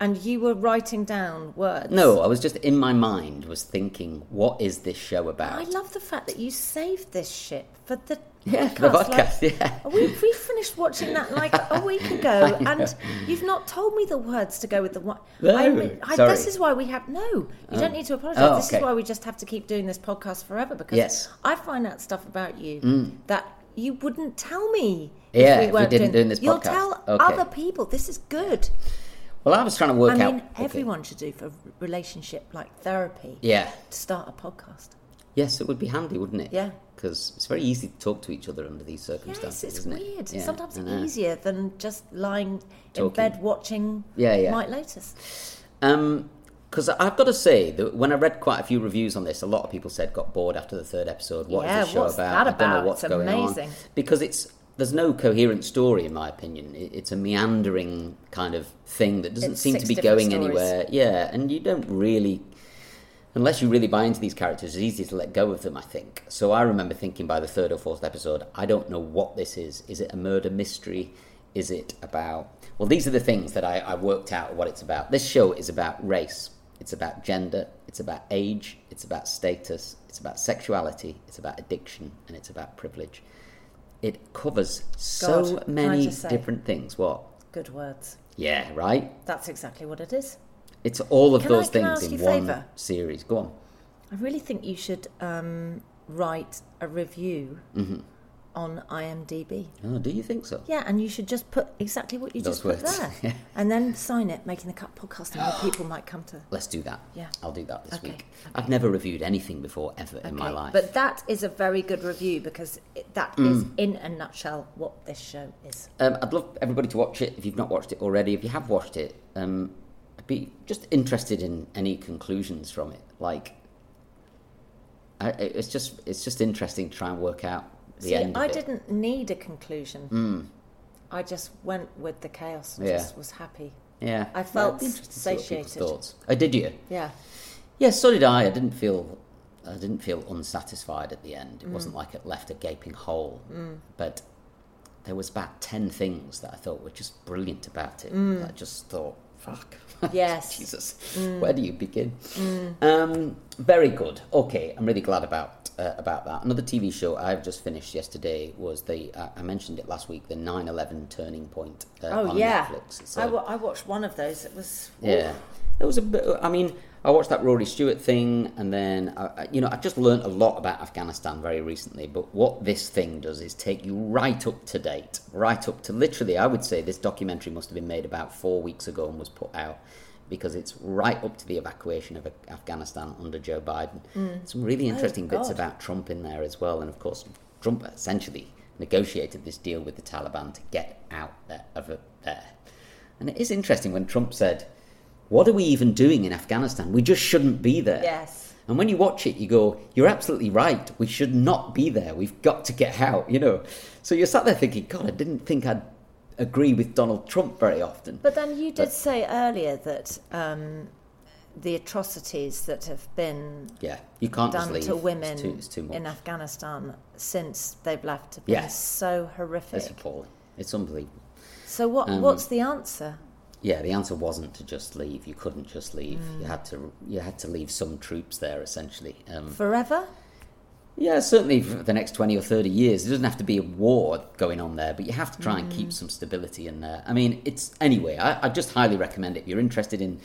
[SPEAKER 2] and you were writing down words.
[SPEAKER 3] No, I was just in my mind was thinking, what is this show about?
[SPEAKER 2] I love the fact that you saved this shit for the
[SPEAKER 3] Yeah,
[SPEAKER 2] podcast.
[SPEAKER 3] for the podcast,
[SPEAKER 2] like,
[SPEAKER 3] yeah.
[SPEAKER 2] we we finished watching that like a
[SPEAKER 3] (laughs)
[SPEAKER 2] week ago, and you've not told me the words to go with the one.
[SPEAKER 3] No,
[SPEAKER 2] I, mean, I,
[SPEAKER 3] sorry.
[SPEAKER 2] this is why we have no. You don't need to apologise.
[SPEAKER 3] Oh,
[SPEAKER 2] this
[SPEAKER 3] okay.
[SPEAKER 2] is why we just have to keep doing this podcast forever because
[SPEAKER 3] Yes. Mm.
[SPEAKER 2] I find out stuff about you that you wouldn't tell me.
[SPEAKER 3] Yeah,
[SPEAKER 2] if we,
[SPEAKER 3] if we
[SPEAKER 2] weren't
[SPEAKER 3] didn't
[SPEAKER 2] doing
[SPEAKER 3] do this
[SPEAKER 2] You'll
[SPEAKER 3] podcast.
[SPEAKER 2] tell
[SPEAKER 3] Okay.
[SPEAKER 2] other people. This is good.
[SPEAKER 3] Well, I was trying to work
[SPEAKER 2] I
[SPEAKER 3] out.
[SPEAKER 2] mean,
[SPEAKER 3] okay.
[SPEAKER 2] everyone should do for relationship like therapy.
[SPEAKER 3] Yeah.
[SPEAKER 2] To start a podcast.
[SPEAKER 3] Yes, it would be handy, wouldn't it?
[SPEAKER 2] Yeah.
[SPEAKER 3] Because it's very easy to talk to each other under these circumstances,
[SPEAKER 2] Yes, it's
[SPEAKER 3] isn't
[SPEAKER 2] weird.
[SPEAKER 3] it? Yeah,
[SPEAKER 2] Sometimes
[SPEAKER 3] I know.
[SPEAKER 2] easier than just lying in
[SPEAKER 3] Talking.
[SPEAKER 2] bed watching
[SPEAKER 3] Yeah, yeah.
[SPEAKER 2] White Lotus.
[SPEAKER 3] Um, because I've got to say that when I read quite a few reviews on this, a lot of people said got bored after the third episode. What is
[SPEAKER 2] Yeah,
[SPEAKER 3] the show
[SPEAKER 2] what's
[SPEAKER 3] about?
[SPEAKER 2] that
[SPEAKER 3] I don't
[SPEAKER 2] about?
[SPEAKER 3] know what's
[SPEAKER 2] It's
[SPEAKER 3] going
[SPEAKER 2] amazing.
[SPEAKER 3] on because it's there's no coherent story in my opinion. It, it's a meandering kind of thing that doesn't
[SPEAKER 2] It's
[SPEAKER 3] seem
[SPEAKER 2] six
[SPEAKER 3] to be
[SPEAKER 2] different
[SPEAKER 3] going
[SPEAKER 2] stories.
[SPEAKER 3] anywhere. Yeah, and you don't really. Unless you really buy into these characters, it's easy to let go of them, I think. So I remember thinking by the third or fourth episode, I don't know what this is. Is it a murder mystery? Is it about. Well, these are the things that I, I worked out what it's about. This show is about race, it's about gender, it's about age, it's about status, it's about sexuality, it's about addiction, and it's about privilege. It covers so
[SPEAKER 2] God, can I
[SPEAKER 3] many
[SPEAKER 2] just say-
[SPEAKER 3] different things. What?
[SPEAKER 2] Good words.
[SPEAKER 3] Yeah, right?
[SPEAKER 2] That's exactly what it is.
[SPEAKER 3] It's all of
[SPEAKER 2] Can I-
[SPEAKER 3] those
[SPEAKER 2] can I
[SPEAKER 3] things
[SPEAKER 2] ask
[SPEAKER 3] in
[SPEAKER 2] you a
[SPEAKER 3] one
[SPEAKER 2] favour?
[SPEAKER 3] series. Go on.
[SPEAKER 2] I really think you should um, write a review
[SPEAKER 3] Mm-hmm.
[SPEAKER 2] on IMDb.
[SPEAKER 3] Oh, do you think so?
[SPEAKER 2] Yeah, and you should just put exactly what you just
[SPEAKER 3] Those
[SPEAKER 2] put
[SPEAKER 3] words.
[SPEAKER 2] there,
[SPEAKER 3] (laughs) Yeah.
[SPEAKER 2] and then sign it, making the cut
[SPEAKER 3] (gasps)
[SPEAKER 2] podcast, and more people might come to.
[SPEAKER 3] Let's do that.
[SPEAKER 2] Yeah.
[SPEAKER 3] I'll do that this
[SPEAKER 2] Okay,
[SPEAKER 3] week. I've never reviewed anything before ever in my
[SPEAKER 2] Okay,
[SPEAKER 3] life. Mm.
[SPEAKER 2] But that is a very good review because it, that is, in a nutshell, what this show is.
[SPEAKER 3] um, I'd love everybody to watch it if you've not watched it already. If you have watched it, um, I'd be just interested in any conclusions from it. Like, I, it- it's just it's just interesting to try and work out the
[SPEAKER 2] See,
[SPEAKER 3] end. Of
[SPEAKER 2] I
[SPEAKER 3] it. Hmm.
[SPEAKER 2] didn't need a conclusion. I just went with the chaos and
[SPEAKER 3] Yeah.
[SPEAKER 2] just was happy.
[SPEAKER 3] Yeah,
[SPEAKER 2] I felt
[SPEAKER 3] I'd be interested to see what people's
[SPEAKER 2] satiated.
[SPEAKER 3] Thoughts. Oh, did you?
[SPEAKER 2] Yeah.
[SPEAKER 3] Yeah, so did I. I didn't feel I didn't feel unsatisfied at the end. It
[SPEAKER 2] Mm.
[SPEAKER 3] wasn't like it left a gaping hole. But there was about ten things that I thought were just brilliant about it.
[SPEAKER 2] Mm.
[SPEAKER 3] that I just thought, fuck. (laughs)
[SPEAKER 2] Yes.
[SPEAKER 3] Jesus.
[SPEAKER 2] Mm.
[SPEAKER 3] Where do you begin? Um, very good. Okay, I'm really glad about uh, about that. Another TV show I've just finished yesterday was the uh, I mentioned it last week, the 9/11 Turning Point uh,
[SPEAKER 2] Oh
[SPEAKER 3] on
[SPEAKER 2] yeah.
[SPEAKER 3] Netflix. It's
[SPEAKER 2] I,
[SPEAKER 3] a-
[SPEAKER 2] wa- I watched one of those. It was
[SPEAKER 3] yeah, it was a bit. I mean, I watched that Rory Stewart thing, and then I, I- you know, I just learnt a lot about Afghanistan very recently. But what this thing does is take you right up to date, right up to literally. I would say this documentary must have been made about four weeks ago and was put out because it's right up to the evacuation of Af- Afghanistan under Joe Biden. Some really interesting bits
[SPEAKER 2] God.
[SPEAKER 3] about Trump in there as well, and of course, Trump essentially negotiated this deal with the Taliban to get out there of it there. And it is interesting when Trump said, What are we even doing in Afghanistan? We just shouldn't be there.
[SPEAKER 2] Yes.
[SPEAKER 3] And when you watch it, you go, You're absolutely right. We should not be there. We've got to get out, you know. So you're sat there thinking, God, I didn't think I'd agree with Donald Trump very often.
[SPEAKER 2] But then you did
[SPEAKER 3] But-
[SPEAKER 2] say earlier that um, the atrocities that have been
[SPEAKER 3] yeah, you can't just
[SPEAKER 2] done
[SPEAKER 3] leave.
[SPEAKER 2] to women
[SPEAKER 3] it's too, it's too much.
[SPEAKER 2] in Afghanistan since they've left have been
[SPEAKER 3] Yes.
[SPEAKER 2] so horrific.
[SPEAKER 3] It's appalling. It's unbelievable.
[SPEAKER 2] So what?
[SPEAKER 3] Um,
[SPEAKER 2] what's the answer?
[SPEAKER 3] Yeah, the answer wasn't to just leave. You couldn't just leave. You had to. You had to leave some troops there, essentially. Um,
[SPEAKER 2] Forever?
[SPEAKER 3] Yeah, certainly for the next 20 or 30 years. There doesn't have to be a war going on there, but you have to try and keep some stability in there. I mean, it's anyway, I, I just highly recommend it. If you're interested in,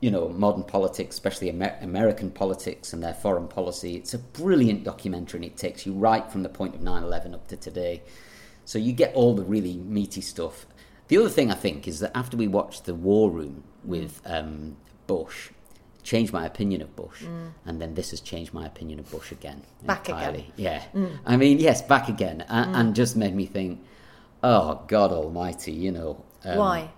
[SPEAKER 3] you know, modern politics, especially Amer- American politics and their foreign policy, it's a brilliant documentary and it takes you right from the point of 9 11 up to today. So you get all the really meaty stuff. The other thing I think is that after we watched The War Room with um, Bush, changed my opinion of Bush, and then this has changed my opinion of Bush again.
[SPEAKER 2] Back again. Mm.
[SPEAKER 3] entirely. Yeah. I mean, yes, back again, a- and just made me think, oh, God almighty, you know. um,
[SPEAKER 2] Why?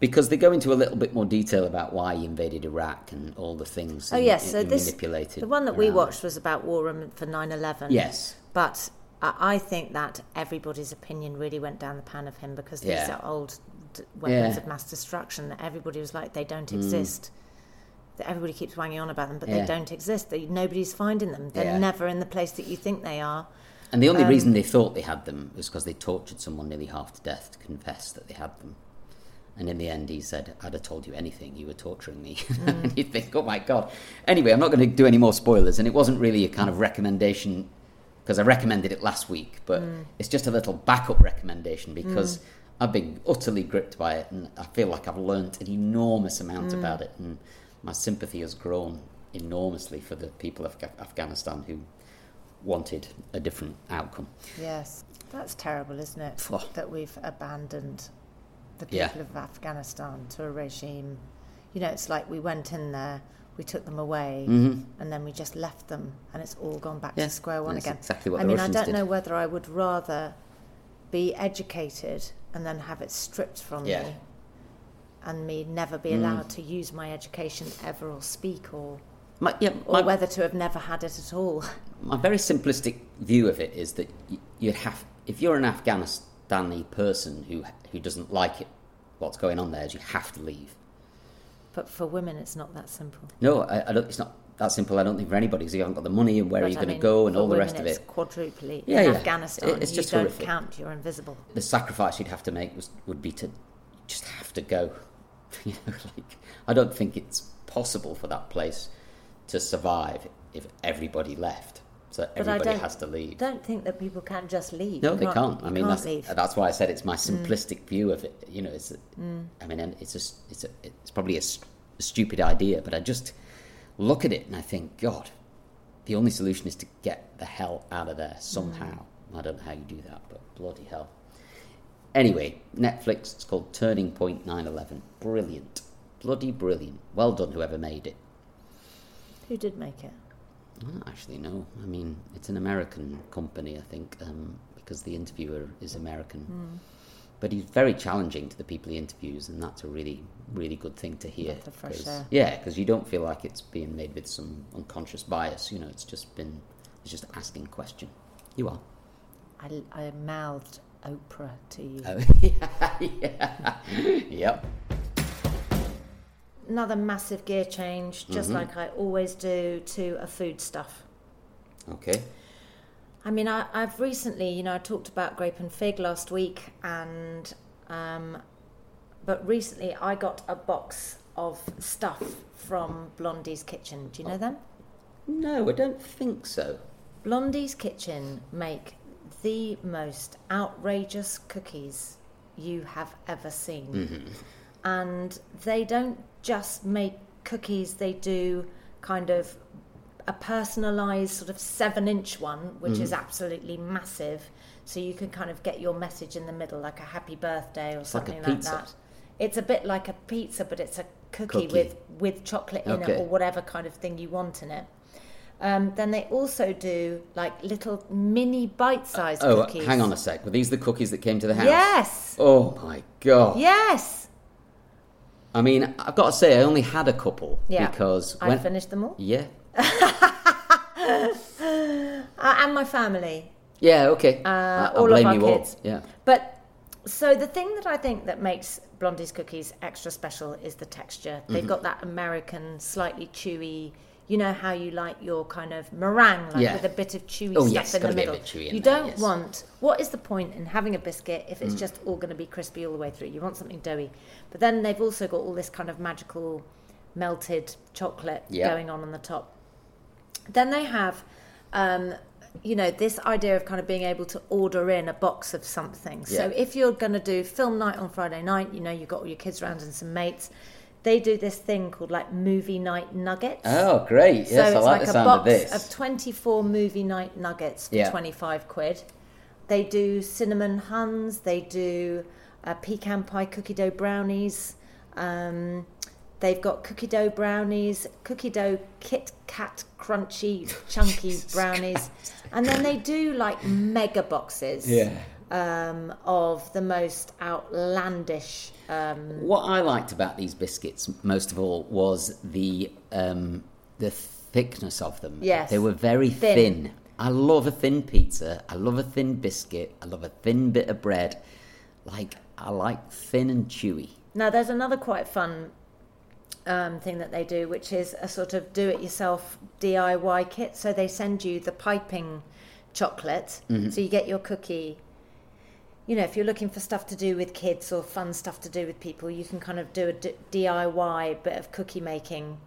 [SPEAKER 3] Because they go into a little bit more detail about why he invaded Iraq and all the things
[SPEAKER 2] Oh
[SPEAKER 3] he-
[SPEAKER 2] yes,
[SPEAKER 3] he
[SPEAKER 2] so this
[SPEAKER 3] manipulated.
[SPEAKER 2] the one that we
[SPEAKER 3] around.
[SPEAKER 2] watched was about War Room for 9/11.
[SPEAKER 3] Yes.
[SPEAKER 2] but I, I think that everybody's opinion really went down the pan of him because these
[SPEAKER 3] Yeah.
[SPEAKER 2] are old d- weapons
[SPEAKER 3] Yeah. Mm.
[SPEAKER 2] of mass destruction that everybody was like they don't exist. That everybody keeps wanging on about them, but
[SPEAKER 3] Yeah.
[SPEAKER 2] they don't exist. They, nobody's finding them. They're
[SPEAKER 3] Yeah.
[SPEAKER 2] never in the place that you think they are.
[SPEAKER 3] And the only
[SPEAKER 2] Um,
[SPEAKER 3] reason they thought they had them was because they tortured someone nearly half to death to confess that they had them. And in the end, he said, I'd have told you anything. You were torturing me. (laughs) and you think, oh my God. Anyway, I'm not going to do any more spoilers. And it wasn't really a kind of recommendation because I recommended it last week, but it's just a little backup recommendation because I've been utterly gripped by it and I feel like I've learnt an enormous amount about it. And my sympathy has grown enormously for the people of Af- Afghanistan who wanted a different outcome.
[SPEAKER 2] Yes, that's terrible, isn't it?
[SPEAKER 3] Oh.
[SPEAKER 2] That we've abandoned the people
[SPEAKER 3] Yeah.
[SPEAKER 2] of Afghanistan to a regime. You know, it's like we went in there, we took them away, and then we just left them, and it's all gone back
[SPEAKER 3] Mm-hmm. Yeah,
[SPEAKER 2] to square one
[SPEAKER 3] that's
[SPEAKER 2] again.
[SPEAKER 3] exactly what
[SPEAKER 2] I
[SPEAKER 3] the
[SPEAKER 2] mean,
[SPEAKER 3] Russians
[SPEAKER 2] I don't
[SPEAKER 3] did.
[SPEAKER 2] know whether I would rather be educated and then have it stripped from
[SPEAKER 3] Yeah. Mm.
[SPEAKER 2] me, and me never be allowed to use my education ever or speak or.
[SPEAKER 3] My, yeah,
[SPEAKER 2] Or
[SPEAKER 3] my,
[SPEAKER 2] whether to have never had it at all. (laughs)
[SPEAKER 3] my very simplistic view of it is that y- you have, if you're an Afghanistani person who who doesn't like it, what's going on there is you have to leave.
[SPEAKER 2] But for women, it's not that simple.
[SPEAKER 3] No, I, I don't, it's not that simple. I don't think for anybody because you haven't got the money and where are
[SPEAKER 2] But
[SPEAKER 3] you
[SPEAKER 2] I
[SPEAKER 3] going to
[SPEAKER 2] mean,
[SPEAKER 3] go and
[SPEAKER 2] for
[SPEAKER 3] all the
[SPEAKER 2] women
[SPEAKER 3] rest of
[SPEAKER 2] it's
[SPEAKER 3] it.
[SPEAKER 2] Quadruply
[SPEAKER 3] Yeah,
[SPEAKER 2] in
[SPEAKER 3] yeah.
[SPEAKER 2] Afghanistan,
[SPEAKER 3] It- it's
[SPEAKER 2] you
[SPEAKER 3] just
[SPEAKER 2] don't
[SPEAKER 3] horrific.
[SPEAKER 2] count. You're invisible.
[SPEAKER 3] The sacrifice you'd have to make was would be to just have to go. (laughs) you know, like I don't think it's possible for that place to survive if everybody left. So
[SPEAKER 2] But I
[SPEAKER 3] everybody
[SPEAKER 2] don't-
[SPEAKER 3] has to leave.
[SPEAKER 2] Don't think that people can just leave.
[SPEAKER 3] No,
[SPEAKER 2] You
[SPEAKER 3] they can't. I
[SPEAKER 2] you
[SPEAKER 3] mean,
[SPEAKER 2] can't
[SPEAKER 3] that's
[SPEAKER 2] leave. Mm.
[SPEAKER 3] that's why I said it's my simplistic view of it. You know, it's. I mean, and it's just it's a, it's probably a, s- a stupid idea, but I just look at it and I think, God, the only solution is to get the hell out of there somehow.
[SPEAKER 2] Mm.
[SPEAKER 3] I don't know how you do that, but bloody hell. Anyway, Netflix. It's called Turning Point 9/11. Brilliant, bloody brilliant. Well done, whoever made it.
[SPEAKER 2] Who did make it?
[SPEAKER 3] I don't actually know. I mean, it's an American company, I think, um, because the interviewer is
[SPEAKER 2] Hmm.
[SPEAKER 3] American. But he's very challenging to the people he interviews, and that's a really, really good thing to hear.
[SPEAKER 2] Breath of fresh
[SPEAKER 3] 'cause-
[SPEAKER 2] air.
[SPEAKER 3] Yeah, because you don't feel like it's being made with some unconscious bias. You know, it's just been, it's just asking question. You
[SPEAKER 2] (laughs)
[SPEAKER 3] are.
[SPEAKER 2] I, I mouthed Oprah to you.
[SPEAKER 3] Oh. yeah. (laughs) Yep.
[SPEAKER 2] Another massive gear change, just
[SPEAKER 3] Mm-hmm.
[SPEAKER 2] like I always do, to a food stuff.
[SPEAKER 3] Okay.
[SPEAKER 2] I mean, I, I've recently, you know, I talked about grape and fig last week, and um, but recently I got a box of stuff from Blondie's Kitchen. Do you
[SPEAKER 3] Oh.
[SPEAKER 2] know them?
[SPEAKER 3] No, I don't think so.
[SPEAKER 2] Blondie's Kitchen make the most outrageous cookies you have ever seen.
[SPEAKER 3] Mm-hmm.
[SPEAKER 2] And they don't just make cookies, they do kind of a personalized sort of seven inch one, which
[SPEAKER 3] Mm.
[SPEAKER 2] is absolutely massive. So you can kind of get your message in the middle, like a happy birthday or
[SPEAKER 3] like a
[SPEAKER 2] something like,
[SPEAKER 3] pizza.
[SPEAKER 2] that. It's a bit like a pizza, but it's a cookie,
[SPEAKER 3] Cookie.
[SPEAKER 2] with with chocolate in
[SPEAKER 3] Okay.
[SPEAKER 2] it or whatever kind of thing you want in it. Um, then they also do like little mini bite-sized
[SPEAKER 3] Oh,
[SPEAKER 2] cookies.
[SPEAKER 3] hang on a sec. Were these the cookies that came to the house?
[SPEAKER 2] Yes,
[SPEAKER 3] Oh my god.
[SPEAKER 2] yes.
[SPEAKER 3] I mean, I've got to say, I only had a couple
[SPEAKER 2] Yeah,
[SPEAKER 3] because
[SPEAKER 2] I finished them all,
[SPEAKER 3] Yeah.
[SPEAKER 2] uh, and my family.
[SPEAKER 3] Yeah. Okay. Uh, I,
[SPEAKER 2] all of
[SPEAKER 3] blame
[SPEAKER 2] our
[SPEAKER 3] you all.
[SPEAKER 2] kids.
[SPEAKER 3] Yeah.
[SPEAKER 2] But so the thing that I think that makes Blondie's cookies extra special is the texture. They've
[SPEAKER 3] Mm-hmm.
[SPEAKER 2] got that American, slightly chewy. You know how you like your kind of meringue, like
[SPEAKER 3] Yeah.
[SPEAKER 2] with a bit of chewy
[SPEAKER 3] Oh,
[SPEAKER 2] stuff
[SPEAKER 3] yes,
[SPEAKER 2] in the
[SPEAKER 3] gotta be a
[SPEAKER 2] middle.
[SPEAKER 3] bit chewy in
[SPEAKER 2] you
[SPEAKER 3] there,
[SPEAKER 2] don't
[SPEAKER 3] yes. Mm.
[SPEAKER 2] want. What is the point in having a biscuit if it's just all going to be crispy all the way through? You want something doughy. But then they've also got all this kind of magical melted chocolate
[SPEAKER 3] Yeah.
[SPEAKER 2] going on on the top. Then they have um, you know, this idea of kind of being able to order in a box of something. So
[SPEAKER 3] Yeah.
[SPEAKER 2] if you're going to do film night on Friday night, you know, you've got all your kids around and some mates. They do this thing called like movie night nuggets.
[SPEAKER 3] Oh, great. Yes,
[SPEAKER 2] So
[SPEAKER 3] I
[SPEAKER 2] it's
[SPEAKER 3] like
[SPEAKER 2] like
[SPEAKER 3] the
[SPEAKER 2] a
[SPEAKER 3] sound
[SPEAKER 2] box
[SPEAKER 3] of this.
[SPEAKER 2] 24 movie night nuggets for
[SPEAKER 3] Yeah.
[SPEAKER 2] 25 quid. They do cinnamon huns, they do uh, pecan pie cookie dough brownies. Um, they've got cookie dough brownies, cookie dough Kit Kat crunchy
[SPEAKER 3] (laughs)
[SPEAKER 2] chunky brownies. And then they do like mega boxes
[SPEAKER 3] yeah.
[SPEAKER 2] um, of the most outlandish. Um,
[SPEAKER 3] Mm. What I liked about these biscuits most of all was the um, the thickness of them.
[SPEAKER 2] Yes.
[SPEAKER 3] they were very thin.
[SPEAKER 2] Thin.
[SPEAKER 3] I love a thin pizza. I love a thin biscuit. I love a thin bit of bread. Like I like thin and chewy.
[SPEAKER 2] Now, there's another quite fun um, thing that they do, which is a sort of do it yourself DIY kit. So they send you the piping chocolate.
[SPEAKER 3] Mm-hmm.
[SPEAKER 2] So you get your cookie. You know, if you're looking for stuff to do with kids or fun stuff to do with people, you can kind of do a d- DIY bit of cookie making.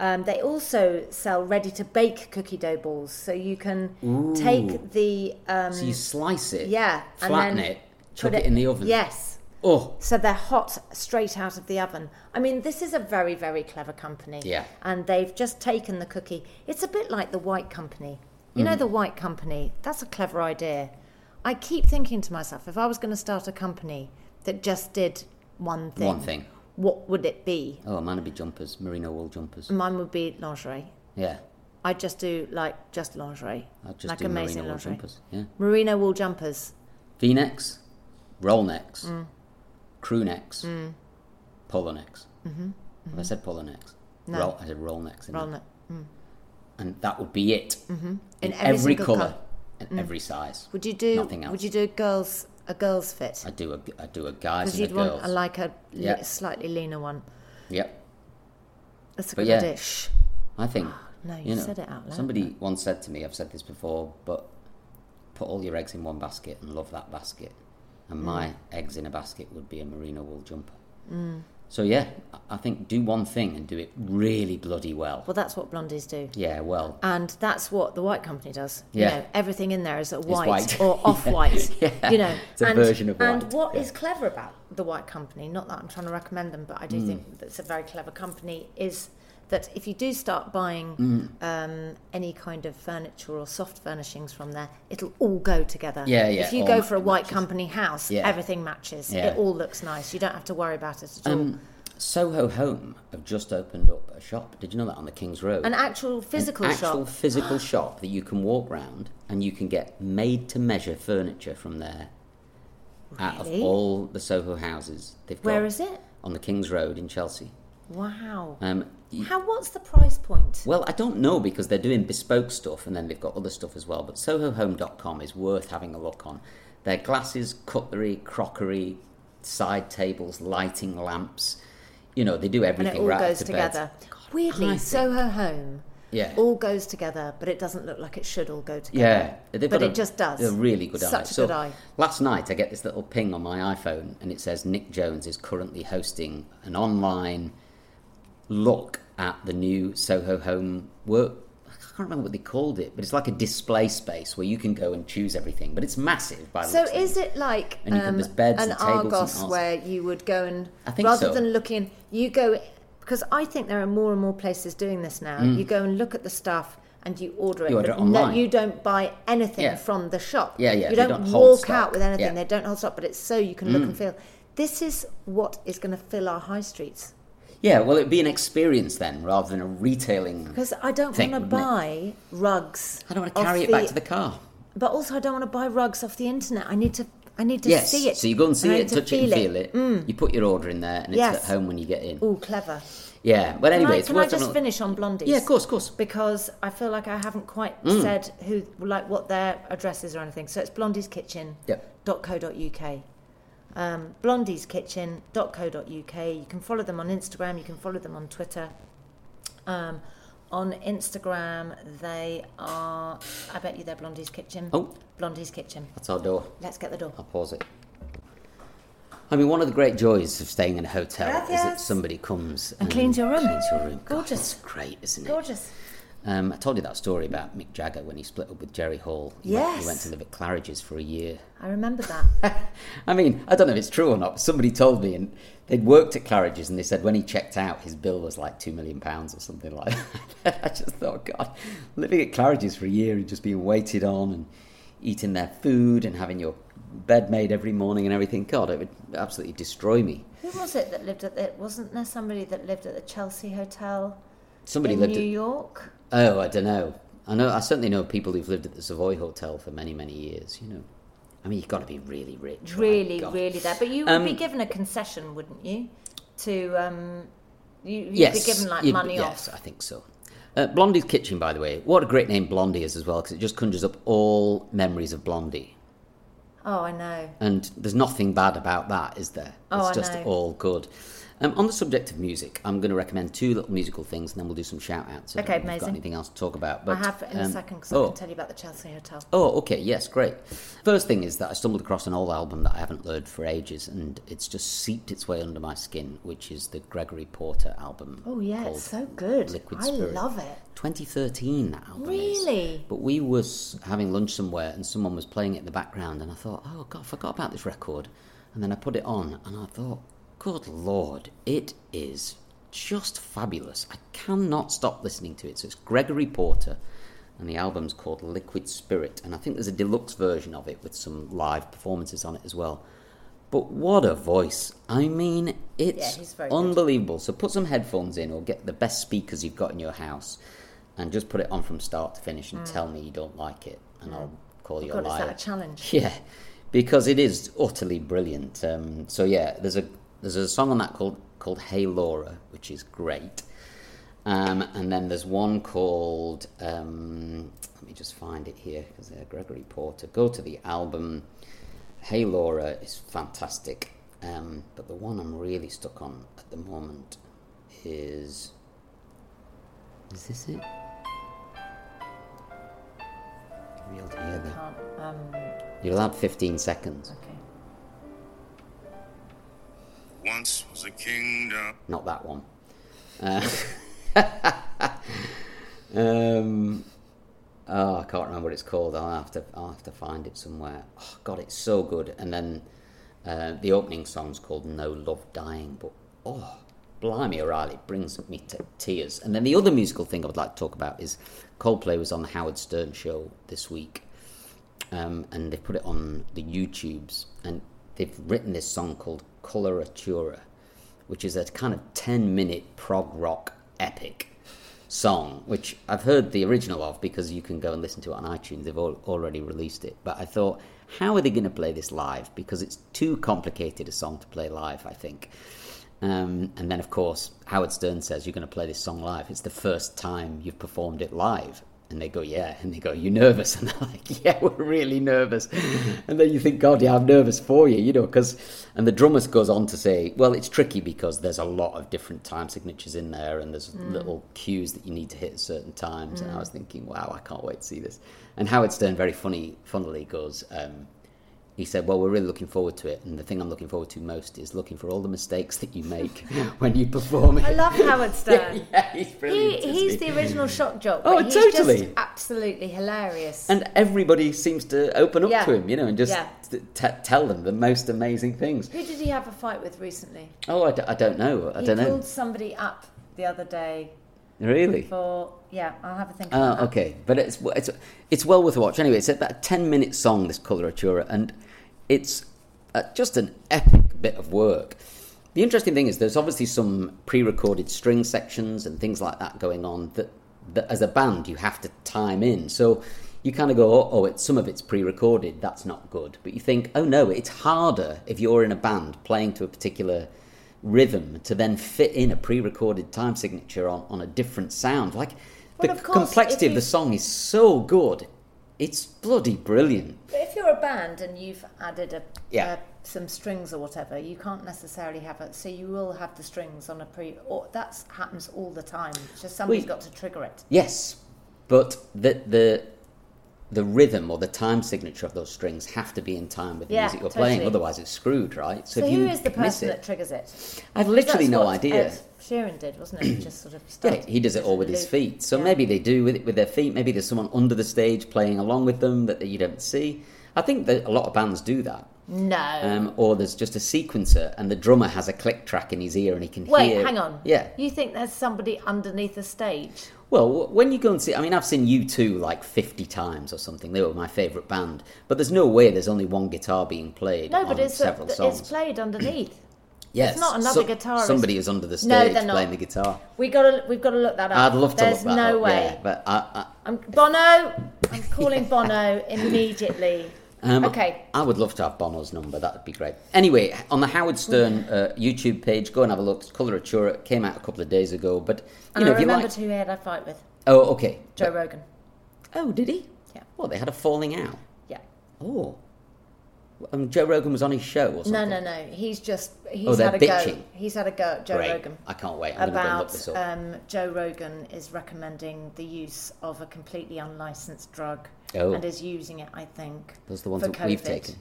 [SPEAKER 2] Um, they also sell ready to bake cookie dough balls. So you can take the. Um,
[SPEAKER 3] So you slice it.
[SPEAKER 2] yeah. and
[SPEAKER 3] flatten
[SPEAKER 2] then
[SPEAKER 3] it. Chuck
[SPEAKER 2] put
[SPEAKER 3] it in the oven.
[SPEAKER 2] Yes.
[SPEAKER 3] Oh,
[SPEAKER 2] So they're hot straight out of the oven. I mean, this is a very, very clever company.
[SPEAKER 3] Yeah.
[SPEAKER 2] And they've just taken the cookie. It's a bit like the White Company. You
[SPEAKER 3] Mm.
[SPEAKER 2] know, the White Company, that's a clever idea. I keep thinking to myself, if I was going to start a company that just did one thing,
[SPEAKER 3] One thing.
[SPEAKER 2] what would it be?
[SPEAKER 3] oh, mine would be jumpers, merino wool jumpers.
[SPEAKER 2] Mine would be lingerie.
[SPEAKER 3] Yeah,
[SPEAKER 2] I'd just do like just lingerie.
[SPEAKER 3] I'd just
[SPEAKER 2] like
[SPEAKER 3] do
[SPEAKER 2] amazing
[SPEAKER 3] merino wool
[SPEAKER 2] lingerie.
[SPEAKER 3] jumpers. Yeah,
[SPEAKER 2] Merino wool jumpers.
[SPEAKER 3] v necks, roll necks,
[SPEAKER 2] Mm.
[SPEAKER 3] crew necks, polo necks. Mm-hmm. Have I said polo necks?
[SPEAKER 2] No.
[SPEAKER 3] Roll, I said roll necks. didn't I?
[SPEAKER 2] Roll neck.
[SPEAKER 3] and that would be it
[SPEAKER 2] In every
[SPEAKER 3] every
[SPEAKER 2] single Mm.
[SPEAKER 3] color
[SPEAKER 2] colour.
[SPEAKER 3] and every size.
[SPEAKER 2] Would you do
[SPEAKER 3] Nothing else.
[SPEAKER 2] would you do girls a girls fit?
[SPEAKER 3] I do a I do a guys and
[SPEAKER 2] Because
[SPEAKER 3] a
[SPEAKER 2] you'd
[SPEAKER 3] girls.
[SPEAKER 2] want a, like a le-
[SPEAKER 3] Yeah.
[SPEAKER 2] slightly leaner one.
[SPEAKER 3] Yep,
[SPEAKER 2] That's a
[SPEAKER 3] But
[SPEAKER 2] good
[SPEAKER 3] yeah.
[SPEAKER 2] idea. Shh.
[SPEAKER 3] I think.
[SPEAKER 2] No, you said it out loud.
[SPEAKER 3] Somebody once said to me, I've said this before, but put all your eggs in one basket and love that basket. And
[SPEAKER 2] Mm.
[SPEAKER 3] my eggs in a basket would be a merino wool jumper.
[SPEAKER 2] Mm.
[SPEAKER 3] So yeah, I- I think do one thing and do it really bloody well.
[SPEAKER 2] Well, that's what blondies do.
[SPEAKER 3] Yeah, well,
[SPEAKER 2] And that's what the white company does.
[SPEAKER 3] Yeah.
[SPEAKER 2] You know, everything in there is a white,
[SPEAKER 3] white.
[SPEAKER 2] or
[SPEAKER 3] (laughs) Yeah.
[SPEAKER 2] off white.
[SPEAKER 3] Yeah.
[SPEAKER 2] You know,
[SPEAKER 3] It's a
[SPEAKER 2] and,
[SPEAKER 3] version of white.
[SPEAKER 2] And what is
[SPEAKER 3] Yeah.
[SPEAKER 2] clever about the white company, not that I'm trying to recommend them, but I do
[SPEAKER 3] Mm.
[SPEAKER 2] think that's a very clever company, is that if you do start buying
[SPEAKER 3] Mm.
[SPEAKER 2] um, any kind of furniture or soft furnishings from there, it'll all go together.
[SPEAKER 3] Yeah, yeah,
[SPEAKER 2] If you
[SPEAKER 3] all
[SPEAKER 2] go
[SPEAKER 3] ma-
[SPEAKER 2] for a white company house,
[SPEAKER 3] Yeah.
[SPEAKER 2] everything matches.
[SPEAKER 3] Yeah. Um,
[SPEAKER 2] It all looks nice. You don't have to worry about it at all.
[SPEAKER 3] Soho Home have just opened up a shop. Did you know that on the King's Road?
[SPEAKER 2] An actual physical
[SPEAKER 3] an actual
[SPEAKER 2] shop. (gasps)
[SPEAKER 3] physical shop that you can walk round and you can get made to measure furniture from there. Out of
[SPEAKER 2] Really?
[SPEAKER 3] all the Soho houses, they've got
[SPEAKER 2] Where is it?
[SPEAKER 3] on the King's Road in Chelsea.
[SPEAKER 2] Wow.
[SPEAKER 3] Um, you-
[SPEAKER 2] How? What's the price point?
[SPEAKER 3] well, I don't know because they're doing bespoke stuff and then they've got other stuff as well. But SohoHome.com is worth having a look on. Their glasses, cutlery, crockery, side tables, lighting, lamps. You know, they do
[SPEAKER 2] and
[SPEAKER 3] everything
[SPEAKER 2] it all
[SPEAKER 3] right up
[SPEAKER 2] goes
[SPEAKER 3] to
[SPEAKER 2] together.
[SPEAKER 3] Bed. God, I
[SPEAKER 2] Weirdly,
[SPEAKER 3] think-
[SPEAKER 2] Soho Home
[SPEAKER 3] Yeah.
[SPEAKER 2] all goes together, but it doesn't look like it should all go together.
[SPEAKER 3] Yeah, they've
[SPEAKER 2] But
[SPEAKER 3] got
[SPEAKER 2] it just does.
[SPEAKER 3] A really good eye.
[SPEAKER 2] Such a
[SPEAKER 3] So,
[SPEAKER 2] good eye.
[SPEAKER 3] Last night, I get this little ping on my iPhone, and it says Nick Jones is currently hosting an online look at the new Soho Home work. I can't remember what they called it, but it's like a display space where you can go and choose everything. But it's massive. By the
[SPEAKER 2] So
[SPEAKER 3] looks of
[SPEAKER 2] is it like
[SPEAKER 3] And you can-
[SPEAKER 2] um,
[SPEAKER 3] there's beds
[SPEAKER 2] an
[SPEAKER 3] and tables and
[SPEAKER 2] Argos
[SPEAKER 3] arse.
[SPEAKER 2] where you would go and
[SPEAKER 3] I think
[SPEAKER 2] rather
[SPEAKER 3] so.
[SPEAKER 2] than looking, you go because I think there are more and more places doing this now. You go and look at the stuff. And you order it.
[SPEAKER 3] Mm. You order
[SPEAKER 2] but
[SPEAKER 3] it online.
[SPEAKER 2] No, you don't buy anything
[SPEAKER 3] Yeah.
[SPEAKER 2] from the shop.
[SPEAKER 3] Yeah, yeah,
[SPEAKER 2] You
[SPEAKER 3] they
[SPEAKER 2] don't,
[SPEAKER 3] don't hold
[SPEAKER 2] walk
[SPEAKER 3] stock.
[SPEAKER 2] out with anything.
[SPEAKER 3] Yeah. Mm.
[SPEAKER 2] They don't hold stock, but it's so you can look and feel. This is what is going to fill our high streets.
[SPEAKER 3] Yeah, well, it'd be an experience then, rather than a retailing.
[SPEAKER 2] Because I don't
[SPEAKER 3] thing,
[SPEAKER 2] want to
[SPEAKER 3] wouldn't it?
[SPEAKER 2] buy rugs.
[SPEAKER 3] I don't want to
[SPEAKER 2] off
[SPEAKER 3] carry it back to the car.
[SPEAKER 2] But also, I don't want to buy rugs off the internet. I need to. I need to
[SPEAKER 3] yes.
[SPEAKER 2] see it.
[SPEAKER 3] So you go and see
[SPEAKER 2] I
[SPEAKER 3] it,
[SPEAKER 2] need to Mm.
[SPEAKER 3] touch it, and feel it. You put your order in there, and
[SPEAKER 2] Yes.
[SPEAKER 3] it's at home when you get in.
[SPEAKER 2] Mm. Ooh, clever.
[SPEAKER 3] Yeah. Well,
[SPEAKER 2] Can
[SPEAKER 3] anyway,
[SPEAKER 2] I,
[SPEAKER 3] it's
[SPEAKER 2] can I
[SPEAKER 3] worth
[SPEAKER 2] just
[SPEAKER 3] having a-
[SPEAKER 2] finish on Blondies?
[SPEAKER 3] Yeah, of course, Mm. of course.
[SPEAKER 2] Because I feel like I haven't quite said who, like, what their address is or anything. So it's
[SPEAKER 3] Yep.
[SPEAKER 2] blondieskitchen.co.uk. Um, blondieskitchen.co.uk. You can follow them on Instagram. You can follow them on Twitter. Um, on Instagram, they are. I bet you they're Blondie's Kitchen.
[SPEAKER 3] Oh.
[SPEAKER 2] Blondie's Kitchen.
[SPEAKER 3] That's our door.
[SPEAKER 2] Let's get the door.
[SPEAKER 3] I'll pause it. I mean, one of the great joys of staying in a hotel is that
[SPEAKER 2] Gracias.
[SPEAKER 3] somebody comes and,
[SPEAKER 2] cleans your room.
[SPEAKER 3] Cleans your room. God,
[SPEAKER 2] Gorgeous.
[SPEAKER 3] it's great, isn't it?
[SPEAKER 2] Gorgeous.
[SPEAKER 3] Um, I told you that story about Mick Jagger when he split up with Jerry Hall. He went- he went
[SPEAKER 2] Yes.
[SPEAKER 3] to live at Claridge's for a year.
[SPEAKER 2] I remember that.
[SPEAKER 3] (laughs) I mean, I don't know if it's true or not, but somebody told me, and they'd worked at Claridge's, and they said when he checked out, his bill was like two million pounds or something like (laughs) that. I just thought, God, living at Claridge's for a year and just being waited on and eating their food and having your bed made every morning and everything, God, it would absolutely destroy me.
[SPEAKER 2] Who was it that lived at the? Wasn't there somebody that lived at the Chelsea Hotel
[SPEAKER 3] Somebody
[SPEAKER 2] in
[SPEAKER 3] lived
[SPEAKER 2] New
[SPEAKER 3] at,
[SPEAKER 2] York?
[SPEAKER 3] oh, I don't know. I know, I certainly know people who've lived at the Savoy Hotel for many, many years. You know, I mean, you've got to be really rich, right?
[SPEAKER 2] Really,
[SPEAKER 3] God.
[SPEAKER 2] really there. But you
[SPEAKER 3] Um,
[SPEAKER 2] would be given a concession, wouldn't you? To um, you, you'd
[SPEAKER 3] yes,
[SPEAKER 2] be given like
[SPEAKER 3] you'd be-
[SPEAKER 2] money
[SPEAKER 3] yes,
[SPEAKER 2] off.
[SPEAKER 3] I think so. Uh, Blondie's Kitchen, by the way, what a great name Blondie is as well, because it just conjures up all memories of Blondie,
[SPEAKER 2] Oh, I know.
[SPEAKER 3] and there's nothing bad about that, is there?
[SPEAKER 2] Oh,
[SPEAKER 3] it's
[SPEAKER 2] I
[SPEAKER 3] just
[SPEAKER 2] know.
[SPEAKER 3] all good. Um, on the subject of music, I'm going to recommend two little musical things, and then we'll do some shout outs.
[SPEAKER 2] Okay,
[SPEAKER 3] If you've got
[SPEAKER 2] amazing.
[SPEAKER 3] anything else to talk about? But
[SPEAKER 2] I have in a
[SPEAKER 3] um,
[SPEAKER 2] second because I
[SPEAKER 3] oh,
[SPEAKER 2] can tell you about the Chelsea Hotel.
[SPEAKER 3] Oh, okay, yes, great. First thing is that I stumbled across an old album that I haven't heard for ages, and it's just seeped its way under my skin, which is the Gregory Porter album.
[SPEAKER 2] Oh yeah,
[SPEAKER 3] called
[SPEAKER 2] it's so good.
[SPEAKER 3] Liquid
[SPEAKER 2] I
[SPEAKER 3] Spirit.
[SPEAKER 2] love it.
[SPEAKER 3] 2013 that album is.
[SPEAKER 2] Really?
[SPEAKER 3] but we was having lunch somewhere and someone was playing it in the background and i thought oh god i forgot about this record and then i put it on and i thought good lord it is just fabulous i cannot stop listening to it so it's gregory porter and the album's called liquid spirit and i think there's a deluxe version of it with some live performances on it as well but what a voice i mean
[SPEAKER 2] Yeah,
[SPEAKER 3] it's
[SPEAKER 2] he's very good.
[SPEAKER 3] unbelievable so put some headphones in or get the best speakers you've got in your house and just put it on from start to finish and tell me you don't like it, and I'll call you a
[SPEAKER 2] God, is
[SPEAKER 3] liar.
[SPEAKER 2] that a challenge?
[SPEAKER 3] Yeah, because it is utterly brilliant. Um, so yeah, there's a there's a song on that called called Hey Laura, which is great. Um, and then there's one called um, let me just find it here because they're Gregory Porter. Go to the album. Hey Laura is fantastic, um, but the one I'm really stuck on at the moment is is this it? Be able to hear that.
[SPEAKER 2] Can't, um,
[SPEAKER 3] You're allowed 15 seconds.
[SPEAKER 2] okay.
[SPEAKER 7] Once was a kingdom.
[SPEAKER 3] Not that one. Uh, (laughs) um, oh, I can't remember what it's called. I'll have to, I'll have to find it somewhere. Oh, God, it's so good. And then uh, the opening song's called No Love Dying, but oh, blimey, O'Reilly it brings me to tears. And then the other musical thing I would like to talk about is Coldplay was on the Howard Stern show this week. um, and they put it on the YouTubes, and they've written this song called Coloratura, which is a kind of 10 minute prog rock epic song, which I've heard the original of because you can go and listen to it on iTunes. They've al- already released it. But I thought, how are they going to play this live? Because it's too complicated a song to play live, I think. Um, and then, of course, Howard Stern says, You're going to play this song live. It's the first time you've performed it live. And they go, Yeah. And they go, You nervous? (laughs) And they're like, Yeah, we're really nervous. And then you think, God, yeah, I'm nervous for you, you know, because. And the drummer goes on to say, Well, it's tricky because there's a lot of different time signatures in there and there's little cues that you need to hit at certain times. And I was thinking, Wow, I can't wait to see this. And Howard Stern, very funny, funnily, goes, um, he said, Well, we're really looking forward to it. And the thing I'm looking forward to most is looking for all the mistakes that you make when you perform it.
[SPEAKER 2] I love Howard Stern.
[SPEAKER 3] (laughs) yeah, he's
[SPEAKER 2] He,
[SPEAKER 3] brilliant. isn't
[SPEAKER 2] he's
[SPEAKER 3] he?
[SPEAKER 2] the original shock jock.
[SPEAKER 3] Oh,
[SPEAKER 2] but he's
[SPEAKER 3] totally.
[SPEAKER 2] Just absolutely hilarious.
[SPEAKER 3] And everybody seems to open up
[SPEAKER 2] Yeah.
[SPEAKER 3] to him, you know, and just
[SPEAKER 2] Yeah.
[SPEAKER 3] t- t- tell them the most amazing things.
[SPEAKER 2] Who did he have a fight with recently?
[SPEAKER 3] Oh, I, d- I don't know. I
[SPEAKER 2] he
[SPEAKER 3] don't know.
[SPEAKER 2] pulled somebody up the other day
[SPEAKER 3] Really?
[SPEAKER 2] for yeah. I'll have a think.
[SPEAKER 3] Oh,
[SPEAKER 2] about that.
[SPEAKER 3] okay. But it's it's it's well worth a watch. Anyway, it's about a ten minute song. This coloratura, and it's uh, just an epic bit of work. The interesting thing is, there's obviously some pre-recorded string sections and things like that going on that, that as a band you have to time in. So you kind of go, oh, oh, it's some of it's pre-recorded. That's not good. But you think, oh no, it's harder if you're in a band playing to a particular rhythm to then fit in a pre-recorded time signature on, on a different sound. Like
[SPEAKER 2] Well,
[SPEAKER 3] the
[SPEAKER 2] of course,
[SPEAKER 3] complexity
[SPEAKER 2] if
[SPEAKER 3] of the
[SPEAKER 2] you-
[SPEAKER 3] song is so good. It's bloody brilliant.
[SPEAKER 2] But if you're a band and you've added a
[SPEAKER 3] Yeah.
[SPEAKER 2] uh, some strings or whatever, you can't necessarily have it. So you will have the strings on a pre. Or that happens all the time. It's just somebody's
[SPEAKER 3] Well,
[SPEAKER 2] got to trigger it.
[SPEAKER 3] Yes, but the the the rhythm or the time signature of those strings have to be in time with the
[SPEAKER 2] Yeah,
[SPEAKER 3] music you're playing.
[SPEAKER 2] totally.
[SPEAKER 3] Otherwise, it's screwed, right?
[SPEAKER 2] So,
[SPEAKER 3] if
[SPEAKER 2] who
[SPEAKER 3] you
[SPEAKER 2] is the
[SPEAKER 3] miss
[SPEAKER 2] person
[SPEAKER 3] it-
[SPEAKER 2] that triggers it?
[SPEAKER 3] I've literally
[SPEAKER 2] That's
[SPEAKER 3] no
[SPEAKER 2] what
[SPEAKER 3] idea.
[SPEAKER 2] Ed Sheeran did, wasn't it? He just sort of
[SPEAKER 3] Yeah,
[SPEAKER 2] started
[SPEAKER 3] he does it all with his
[SPEAKER 2] loop.
[SPEAKER 3] feet. So
[SPEAKER 2] Yeah.
[SPEAKER 3] maybe they do with it with their feet. Maybe there's someone under the stage playing along with them that you don't see. I think that a lot of bands do that.
[SPEAKER 2] No.
[SPEAKER 3] Um, or there's just a sequencer and the drummer has a click track in his ear and he can
[SPEAKER 2] Wait,
[SPEAKER 3] hear.
[SPEAKER 2] hang on.
[SPEAKER 3] Yeah.
[SPEAKER 2] You think there's somebody underneath the stage?
[SPEAKER 3] Well, w- when you go and see, I mean, I've seen U2 like 50 times or something. They were my favourite band. But there's no way there's only one guitar being played
[SPEAKER 2] No,
[SPEAKER 3] on
[SPEAKER 2] but it's a-
[SPEAKER 3] several songs.
[SPEAKER 2] it's played underneath.
[SPEAKER 3] yes.
[SPEAKER 2] not another guitarist.
[SPEAKER 3] Somebody is under the
[SPEAKER 2] No,
[SPEAKER 3] stage
[SPEAKER 2] they're not.
[SPEAKER 3] playing the guitar.
[SPEAKER 2] We gotta we've gotta look that up.
[SPEAKER 3] I'd love to
[SPEAKER 2] There's
[SPEAKER 3] look that
[SPEAKER 2] no
[SPEAKER 3] up,
[SPEAKER 2] way.
[SPEAKER 3] yeah, but I, I,
[SPEAKER 2] I'm Bono. I'm
[SPEAKER 3] (laughs)
[SPEAKER 2] calling Bono immediately.
[SPEAKER 3] Um,
[SPEAKER 2] okay.
[SPEAKER 3] I would love to have Bono's number. That would be great. Anyway, on the Howard Stern uh, YouTube page, go and have a look. Colour of Chura came out a couple of days ago. But, you
[SPEAKER 2] And
[SPEAKER 3] know,
[SPEAKER 2] I
[SPEAKER 3] if you
[SPEAKER 2] remembered
[SPEAKER 3] like.
[SPEAKER 2] who he had a fight with.
[SPEAKER 3] Oh, okay.
[SPEAKER 2] Joe Rogan.
[SPEAKER 3] Oh, did he?
[SPEAKER 2] Yeah.
[SPEAKER 3] Well, they had a falling out.
[SPEAKER 2] Yeah.
[SPEAKER 3] Oh. Um, Joe Rogan was on his show or something.
[SPEAKER 2] No, no, no. He's just he's
[SPEAKER 3] Oh, they're
[SPEAKER 2] had a
[SPEAKER 3] bitching.
[SPEAKER 2] go. He's had a go at Joe
[SPEAKER 3] Great.
[SPEAKER 2] Rogan.
[SPEAKER 3] I can't wait. I'm going to look this
[SPEAKER 2] About
[SPEAKER 3] up.
[SPEAKER 2] um, Joe Rogan is recommending the use of a completely unlicensed drug
[SPEAKER 3] Oh.
[SPEAKER 2] and is using it, I think.
[SPEAKER 3] Those are the ones
[SPEAKER 2] for
[SPEAKER 3] that we've
[SPEAKER 2] COVID.
[SPEAKER 3] taken.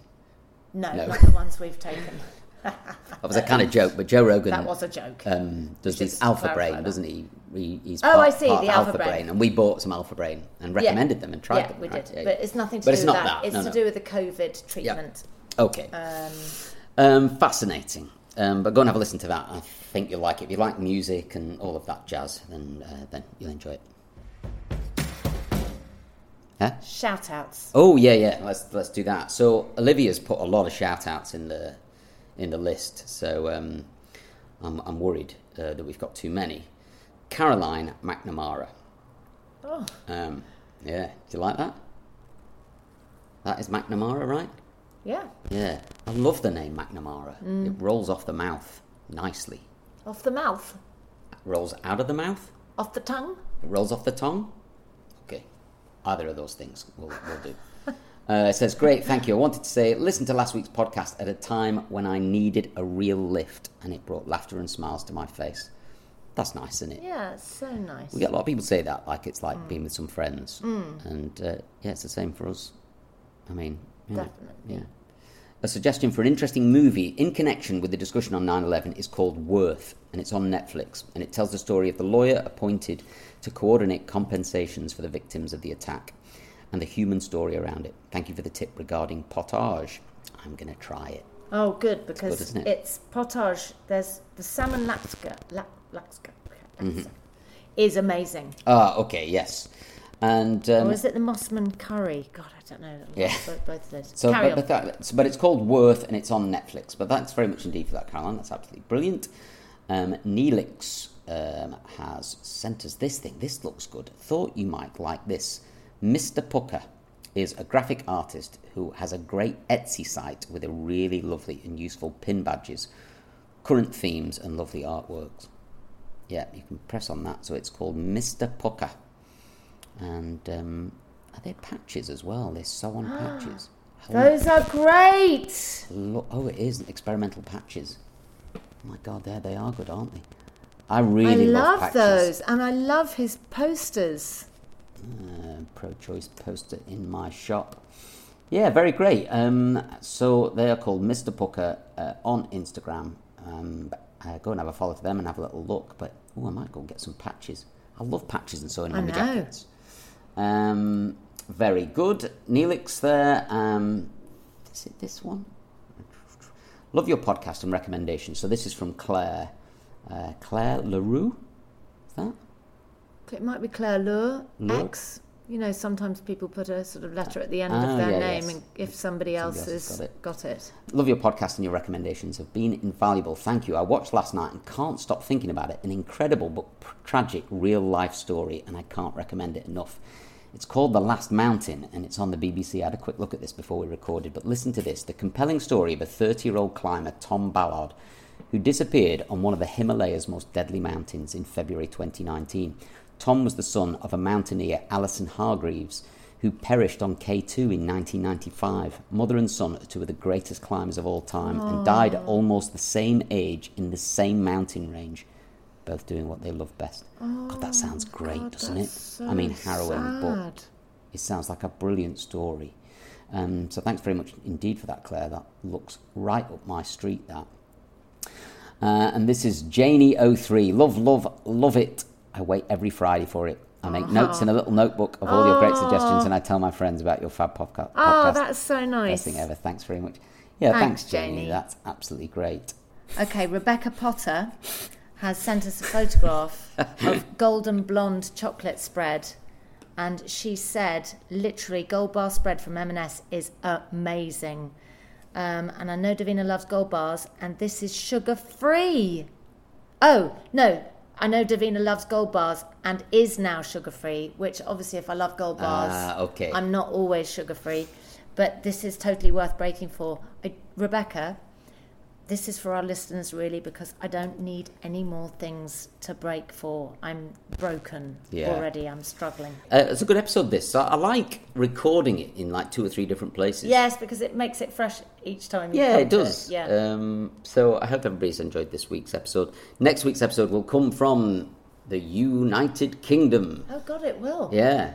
[SPEAKER 2] No,
[SPEAKER 3] No.
[SPEAKER 2] not the ones
[SPEAKER 3] (laughs)
[SPEAKER 2] we've taken.
[SPEAKER 3] That was a kind of joke, but Joe Rogan
[SPEAKER 2] That was a joke.
[SPEAKER 3] um, does
[SPEAKER 2] Just
[SPEAKER 3] this alpha
[SPEAKER 2] clarify
[SPEAKER 3] brain,
[SPEAKER 2] that.
[SPEAKER 3] doesn't he? he he's
[SPEAKER 2] Oh,
[SPEAKER 3] part,
[SPEAKER 2] I see,
[SPEAKER 3] part
[SPEAKER 2] the
[SPEAKER 3] of
[SPEAKER 2] Alpha
[SPEAKER 3] brain.
[SPEAKER 2] Brain.
[SPEAKER 3] and we bought some alpha brain and recommended them and tried
[SPEAKER 2] yeah,
[SPEAKER 3] them.
[SPEAKER 2] we
[SPEAKER 3] right?
[SPEAKER 2] did.
[SPEAKER 3] Yeah,
[SPEAKER 2] But
[SPEAKER 3] yeah.
[SPEAKER 2] it's nothing to
[SPEAKER 3] But
[SPEAKER 2] do
[SPEAKER 3] it's
[SPEAKER 2] with
[SPEAKER 3] not
[SPEAKER 2] that.
[SPEAKER 3] that.
[SPEAKER 2] It's
[SPEAKER 3] No,
[SPEAKER 2] to
[SPEAKER 3] no.
[SPEAKER 2] do with the COVID treatment.
[SPEAKER 3] Okay. Um, fascinating. Um, but go and have a listen to that. I think you'll like it. If you like music and all of that jazz, then uh, then you'll enjoy it. Huh?
[SPEAKER 2] Shout outs.
[SPEAKER 3] Oh yeah, yeah. Let's let's do that. So Olivia's put a lot of shout outs in the in the list. So um, I'm I'm worried uh, that we've got too many. Caroline McNamara.
[SPEAKER 2] Oh.
[SPEAKER 3] Um, yeah. Do you like that? That is McNamara, right?
[SPEAKER 2] Yeah.
[SPEAKER 3] Yeah. I love the name McNamara. It rolls off the mouth nicely.
[SPEAKER 2] Off the mouth.
[SPEAKER 3] It rolls out of the mouth.
[SPEAKER 2] Off the tongue.
[SPEAKER 3] It rolls off the tongue. Okay, either of those things will will do. Uh, it says, "Great, thank you. I wanted to say, listen to last week's podcast at a time when I needed a real lift, and it brought laughter and smiles to my face. That's nice, isn't it?
[SPEAKER 2] Yeah, it's so nice.
[SPEAKER 3] We get a lot of people say that, like it's like being with some friends, and uh, yeah, it's the same for us. I mean, yeah,
[SPEAKER 2] Definitely.
[SPEAKER 3] yeah. A suggestion for an interesting movie in connection with the discussion on 9 11 is called Worth, and it's on Netflix. And it tells the story of the lawyer appointed to coordinate compensations for the victims of the attack and the human story around it. Thank you for the tip regarding potage. I'm going to try it.
[SPEAKER 2] Oh, good, because it's,
[SPEAKER 3] isn't it?
[SPEAKER 2] potage. There's the salmon lapska. La, lapska.
[SPEAKER 3] Mm-hmm.
[SPEAKER 2] lapska Is amazing.
[SPEAKER 3] Ah, okay, yes. And um,
[SPEAKER 2] or is it the Mossman curry? God, I don't know.
[SPEAKER 3] Yeah.
[SPEAKER 2] Both, both of those.
[SPEAKER 3] So,
[SPEAKER 2] Carry
[SPEAKER 3] but,
[SPEAKER 2] on.
[SPEAKER 3] but, that, so- but it's called Worth and it's on Netflix. But thanks very much indeed for that, Caroline. That's absolutely brilliant. Um, Neelix um, has sent us this thing. This looks good. Thought you might like this. Mr. Pucker is a graphic artist who has a great Etsy site with a really lovely and useful pin badges, current themes, and lovely artworks. Yeah, you can press on that. So it's called Mr. Pucker. And um, are there patches as well? They sew on patches. Hello.
[SPEAKER 2] Ah, Those are great.
[SPEAKER 3] Lo- oh, it is experimental patches. Oh my god, there they are good, aren't they? I really
[SPEAKER 2] I love
[SPEAKER 3] patches.
[SPEAKER 2] those, and I love his posters.
[SPEAKER 3] Uh, pro-choice poster in my shop. Yeah, very great. Um, so they are called Mr. Pucker uh, on Instagram. Um, but, uh, go and have a follow to them and have a little look. But oh, I might go and get some patches. I love patches and sewing
[SPEAKER 2] I
[SPEAKER 3] on my
[SPEAKER 2] know.
[SPEAKER 3] jackets. Um, very good. Neelix there. Um, is it this one? Love your podcast and recommendations. So this is from Claire. Uh, Claire Leroux. Is that?
[SPEAKER 2] It might be Claire Lure,
[SPEAKER 3] Lure.
[SPEAKER 2] X. You know, sometimes people put a sort of letter at the end
[SPEAKER 3] Ah,
[SPEAKER 2] of their
[SPEAKER 3] yeah,
[SPEAKER 2] name,
[SPEAKER 3] yes.
[SPEAKER 2] and if somebody else,
[SPEAKER 3] else has
[SPEAKER 2] has
[SPEAKER 3] got it.
[SPEAKER 2] got it.
[SPEAKER 3] Love your podcast and your recommendations have been invaluable. Thank you. I watched last night and can't stop thinking about it. An incredible but pr- tragic real life story, and I can't recommend it enough. It's called The Last Mountain and it's on the BBC. I had a quick look at this before we recorded, but listen to this the compelling story of a 30 year old climber, Tom Ballard, who disappeared on one of the Himalaya's most deadly mountains in February 2019. Tom was the son of a mountaineer, Alison Hargreaves, who perished on K2 in 1995. Mother and son are two of the greatest climbers of all time and died at almost the same age in the same mountain range, both doing what they love best. God, that sounds great, doesn't it? I mean, harrowing, but It sounds like a brilliant story. Um, so thanks very much indeed for that, Claire. That looks right up my street, that. Uh, and this is Janie03. Love, love, love it. I wait every Friday for it. I
[SPEAKER 2] Oh.
[SPEAKER 3] make notes in a little notebook of all your great suggestions and I tell my friends about your fab podca- podcast.
[SPEAKER 2] Oh, that's so
[SPEAKER 3] Best
[SPEAKER 2] nice.
[SPEAKER 3] thing ever. Thanks very much. Yeah,
[SPEAKER 2] Thanks,
[SPEAKER 3] thanks, Janie.
[SPEAKER 2] Janie.
[SPEAKER 3] That's absolutely great.
[SPEAKER 2] Okay, Rebecca Potter has sent us
[SPEAKER 3] (laughs)
[SPEAKER 2] a photograph of golden blonde chocolate spread, and she said, literally, gold bar spread from M&S is amazing. Um, and I know Davina loves gold bars, and this is sugar free. Oh no, I know Davina loves gold bars and is now sugar free. Which obviously, if I love gold bars,
[SPEAKER 3] Ah, okay.
[SPEAKER 2] I'm not always sugar free. But this is totally worth breaking for. I, Rebecca, this is for our listeners really because I don't need any more things to break for. I'm broken
[SPEAKER 3] Yeah.
[SPEAKER 2] already. I'm struggling.
[SPEAKER 3] Uh, it's a good episode, this. So I like recording it in like two or three different places.
[SPEAKER 2] Yes, because it makes it fresh each time. You
[SPEAKER 3] Yeah,
[SPEAKER 2] come
[SPEAKER 3] it
[SPEAKER 2] to
[SPEAKER 3] does.
[SPEAKER 2] Yeah.
[SPEAKER 3] Um, so I hope everybody's enjoyed this week's episode. Next week's episode will come from the United Kingdom.
[SPEAKER 2] oh God, it will.
[SPEAKER 3] Yeah.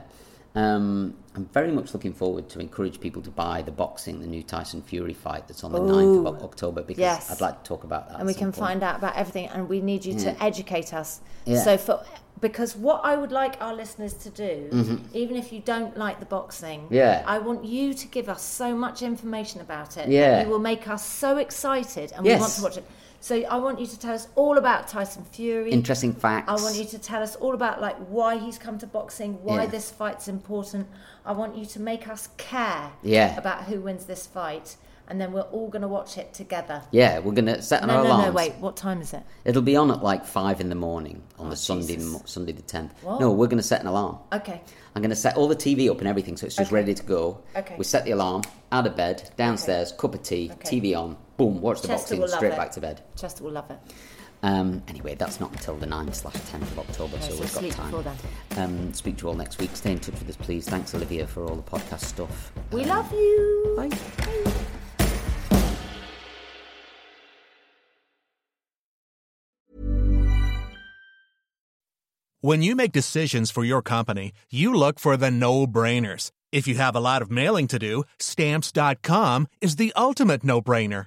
[SPEAKER 3] Um, I'm very much looking forward to encourage people to buy the boxing, the new Tyson Fury fight that's on the 9th of October because
[SPEAKER 2] Yes.
[SPEAKER 3] I'd like to talk about that.
[SPEAKER 2] and we can find out about everything and we need you to educate us
[SPEAKER 3] Yeah.
[SPEAKER 2] so for because what i would like our listeners to do even if you don't like the boxing
[SPEAKER 3] Mm-hmm. Yeah.
[SPEAKER 2] i want you to give us so much information about it
[SPEAKER 3] Yeah.
[SPEAKER 2] it will make us so excited and we want
[SPEAKER 3] Yes.
[SPEAKER 2] to watch it so i want you to tell us all about tyson fury
[SPEAKER 3] Interesting facts.
[SPEAKER 2] I want you to tell us all about like why he's come to boxing, why
[SPEAKER 3] Yeah.
[SPEAKER 2] this fight's important. I want you to make us care
[SPEAKER 3] Yeah.
[SPEAKER 2] about who wins this fight, and then we're all going to watch it together.
[SPEAKER 3] Yeah, we're going to set an
[SPEAKER 2] No,
[SPEAKER 3] alarm.
[SPEAKER 2] no, no, wait. What time is it?
[SPEAKER 3] It'll be on at like five in the morning on the Sunday,
[SPEAKER 2] Jesus.
[SPEAKER 3] mo- Sunday the tenth.
[SPEAKER 2] What?
[SPEAKER 3] No, we're going to set an alarm.
[SPEAKER 2] Okay.
[SPEAKER 3] I'm going to set all the TV up and everything, so it's just
[SPEAKER 2] Okay.
[SPEAKER 3] ready to go.
[SPEAKER 2] Okay.
[SPEAKER 3] We set the alarm, out of bed, downstairs, cup of tea,
[SPEAKER 2] Okay.
[SPEAKER 3] TV on, boom, watch the
[SPEAKER 2] Chester
[SPEAKER 3] boxing,
[SPEAKER 2] will love
[SPEAKER 3] straight
[SPEAKER 2] it.
[SPEAKER 3] back to bed.
[SPEAKER 2] Chester will love it.
[SPEAKER 3] Um, anyway, that's not until the 9th slash 10th of October, so
[SPEAKER 2] so
[SPEAKER 3] we've got
[SPEAKER 2] sleep
[SPEAKER 3] time.
[SPEAKER 2] before then.
[SPEAKER 3] Um, speak to you all next week. Stay in touch with us, please. Thanks, Olivia, for all the podcast stuff.
[SPEAKER 2] We love you.
[SPEAKER 3] Bye.
[SPEAKER 8] When you make decisions for your company, you look for the no brainers. If you have a lot of mailing to do, stamps.com is the ultimate no brainer.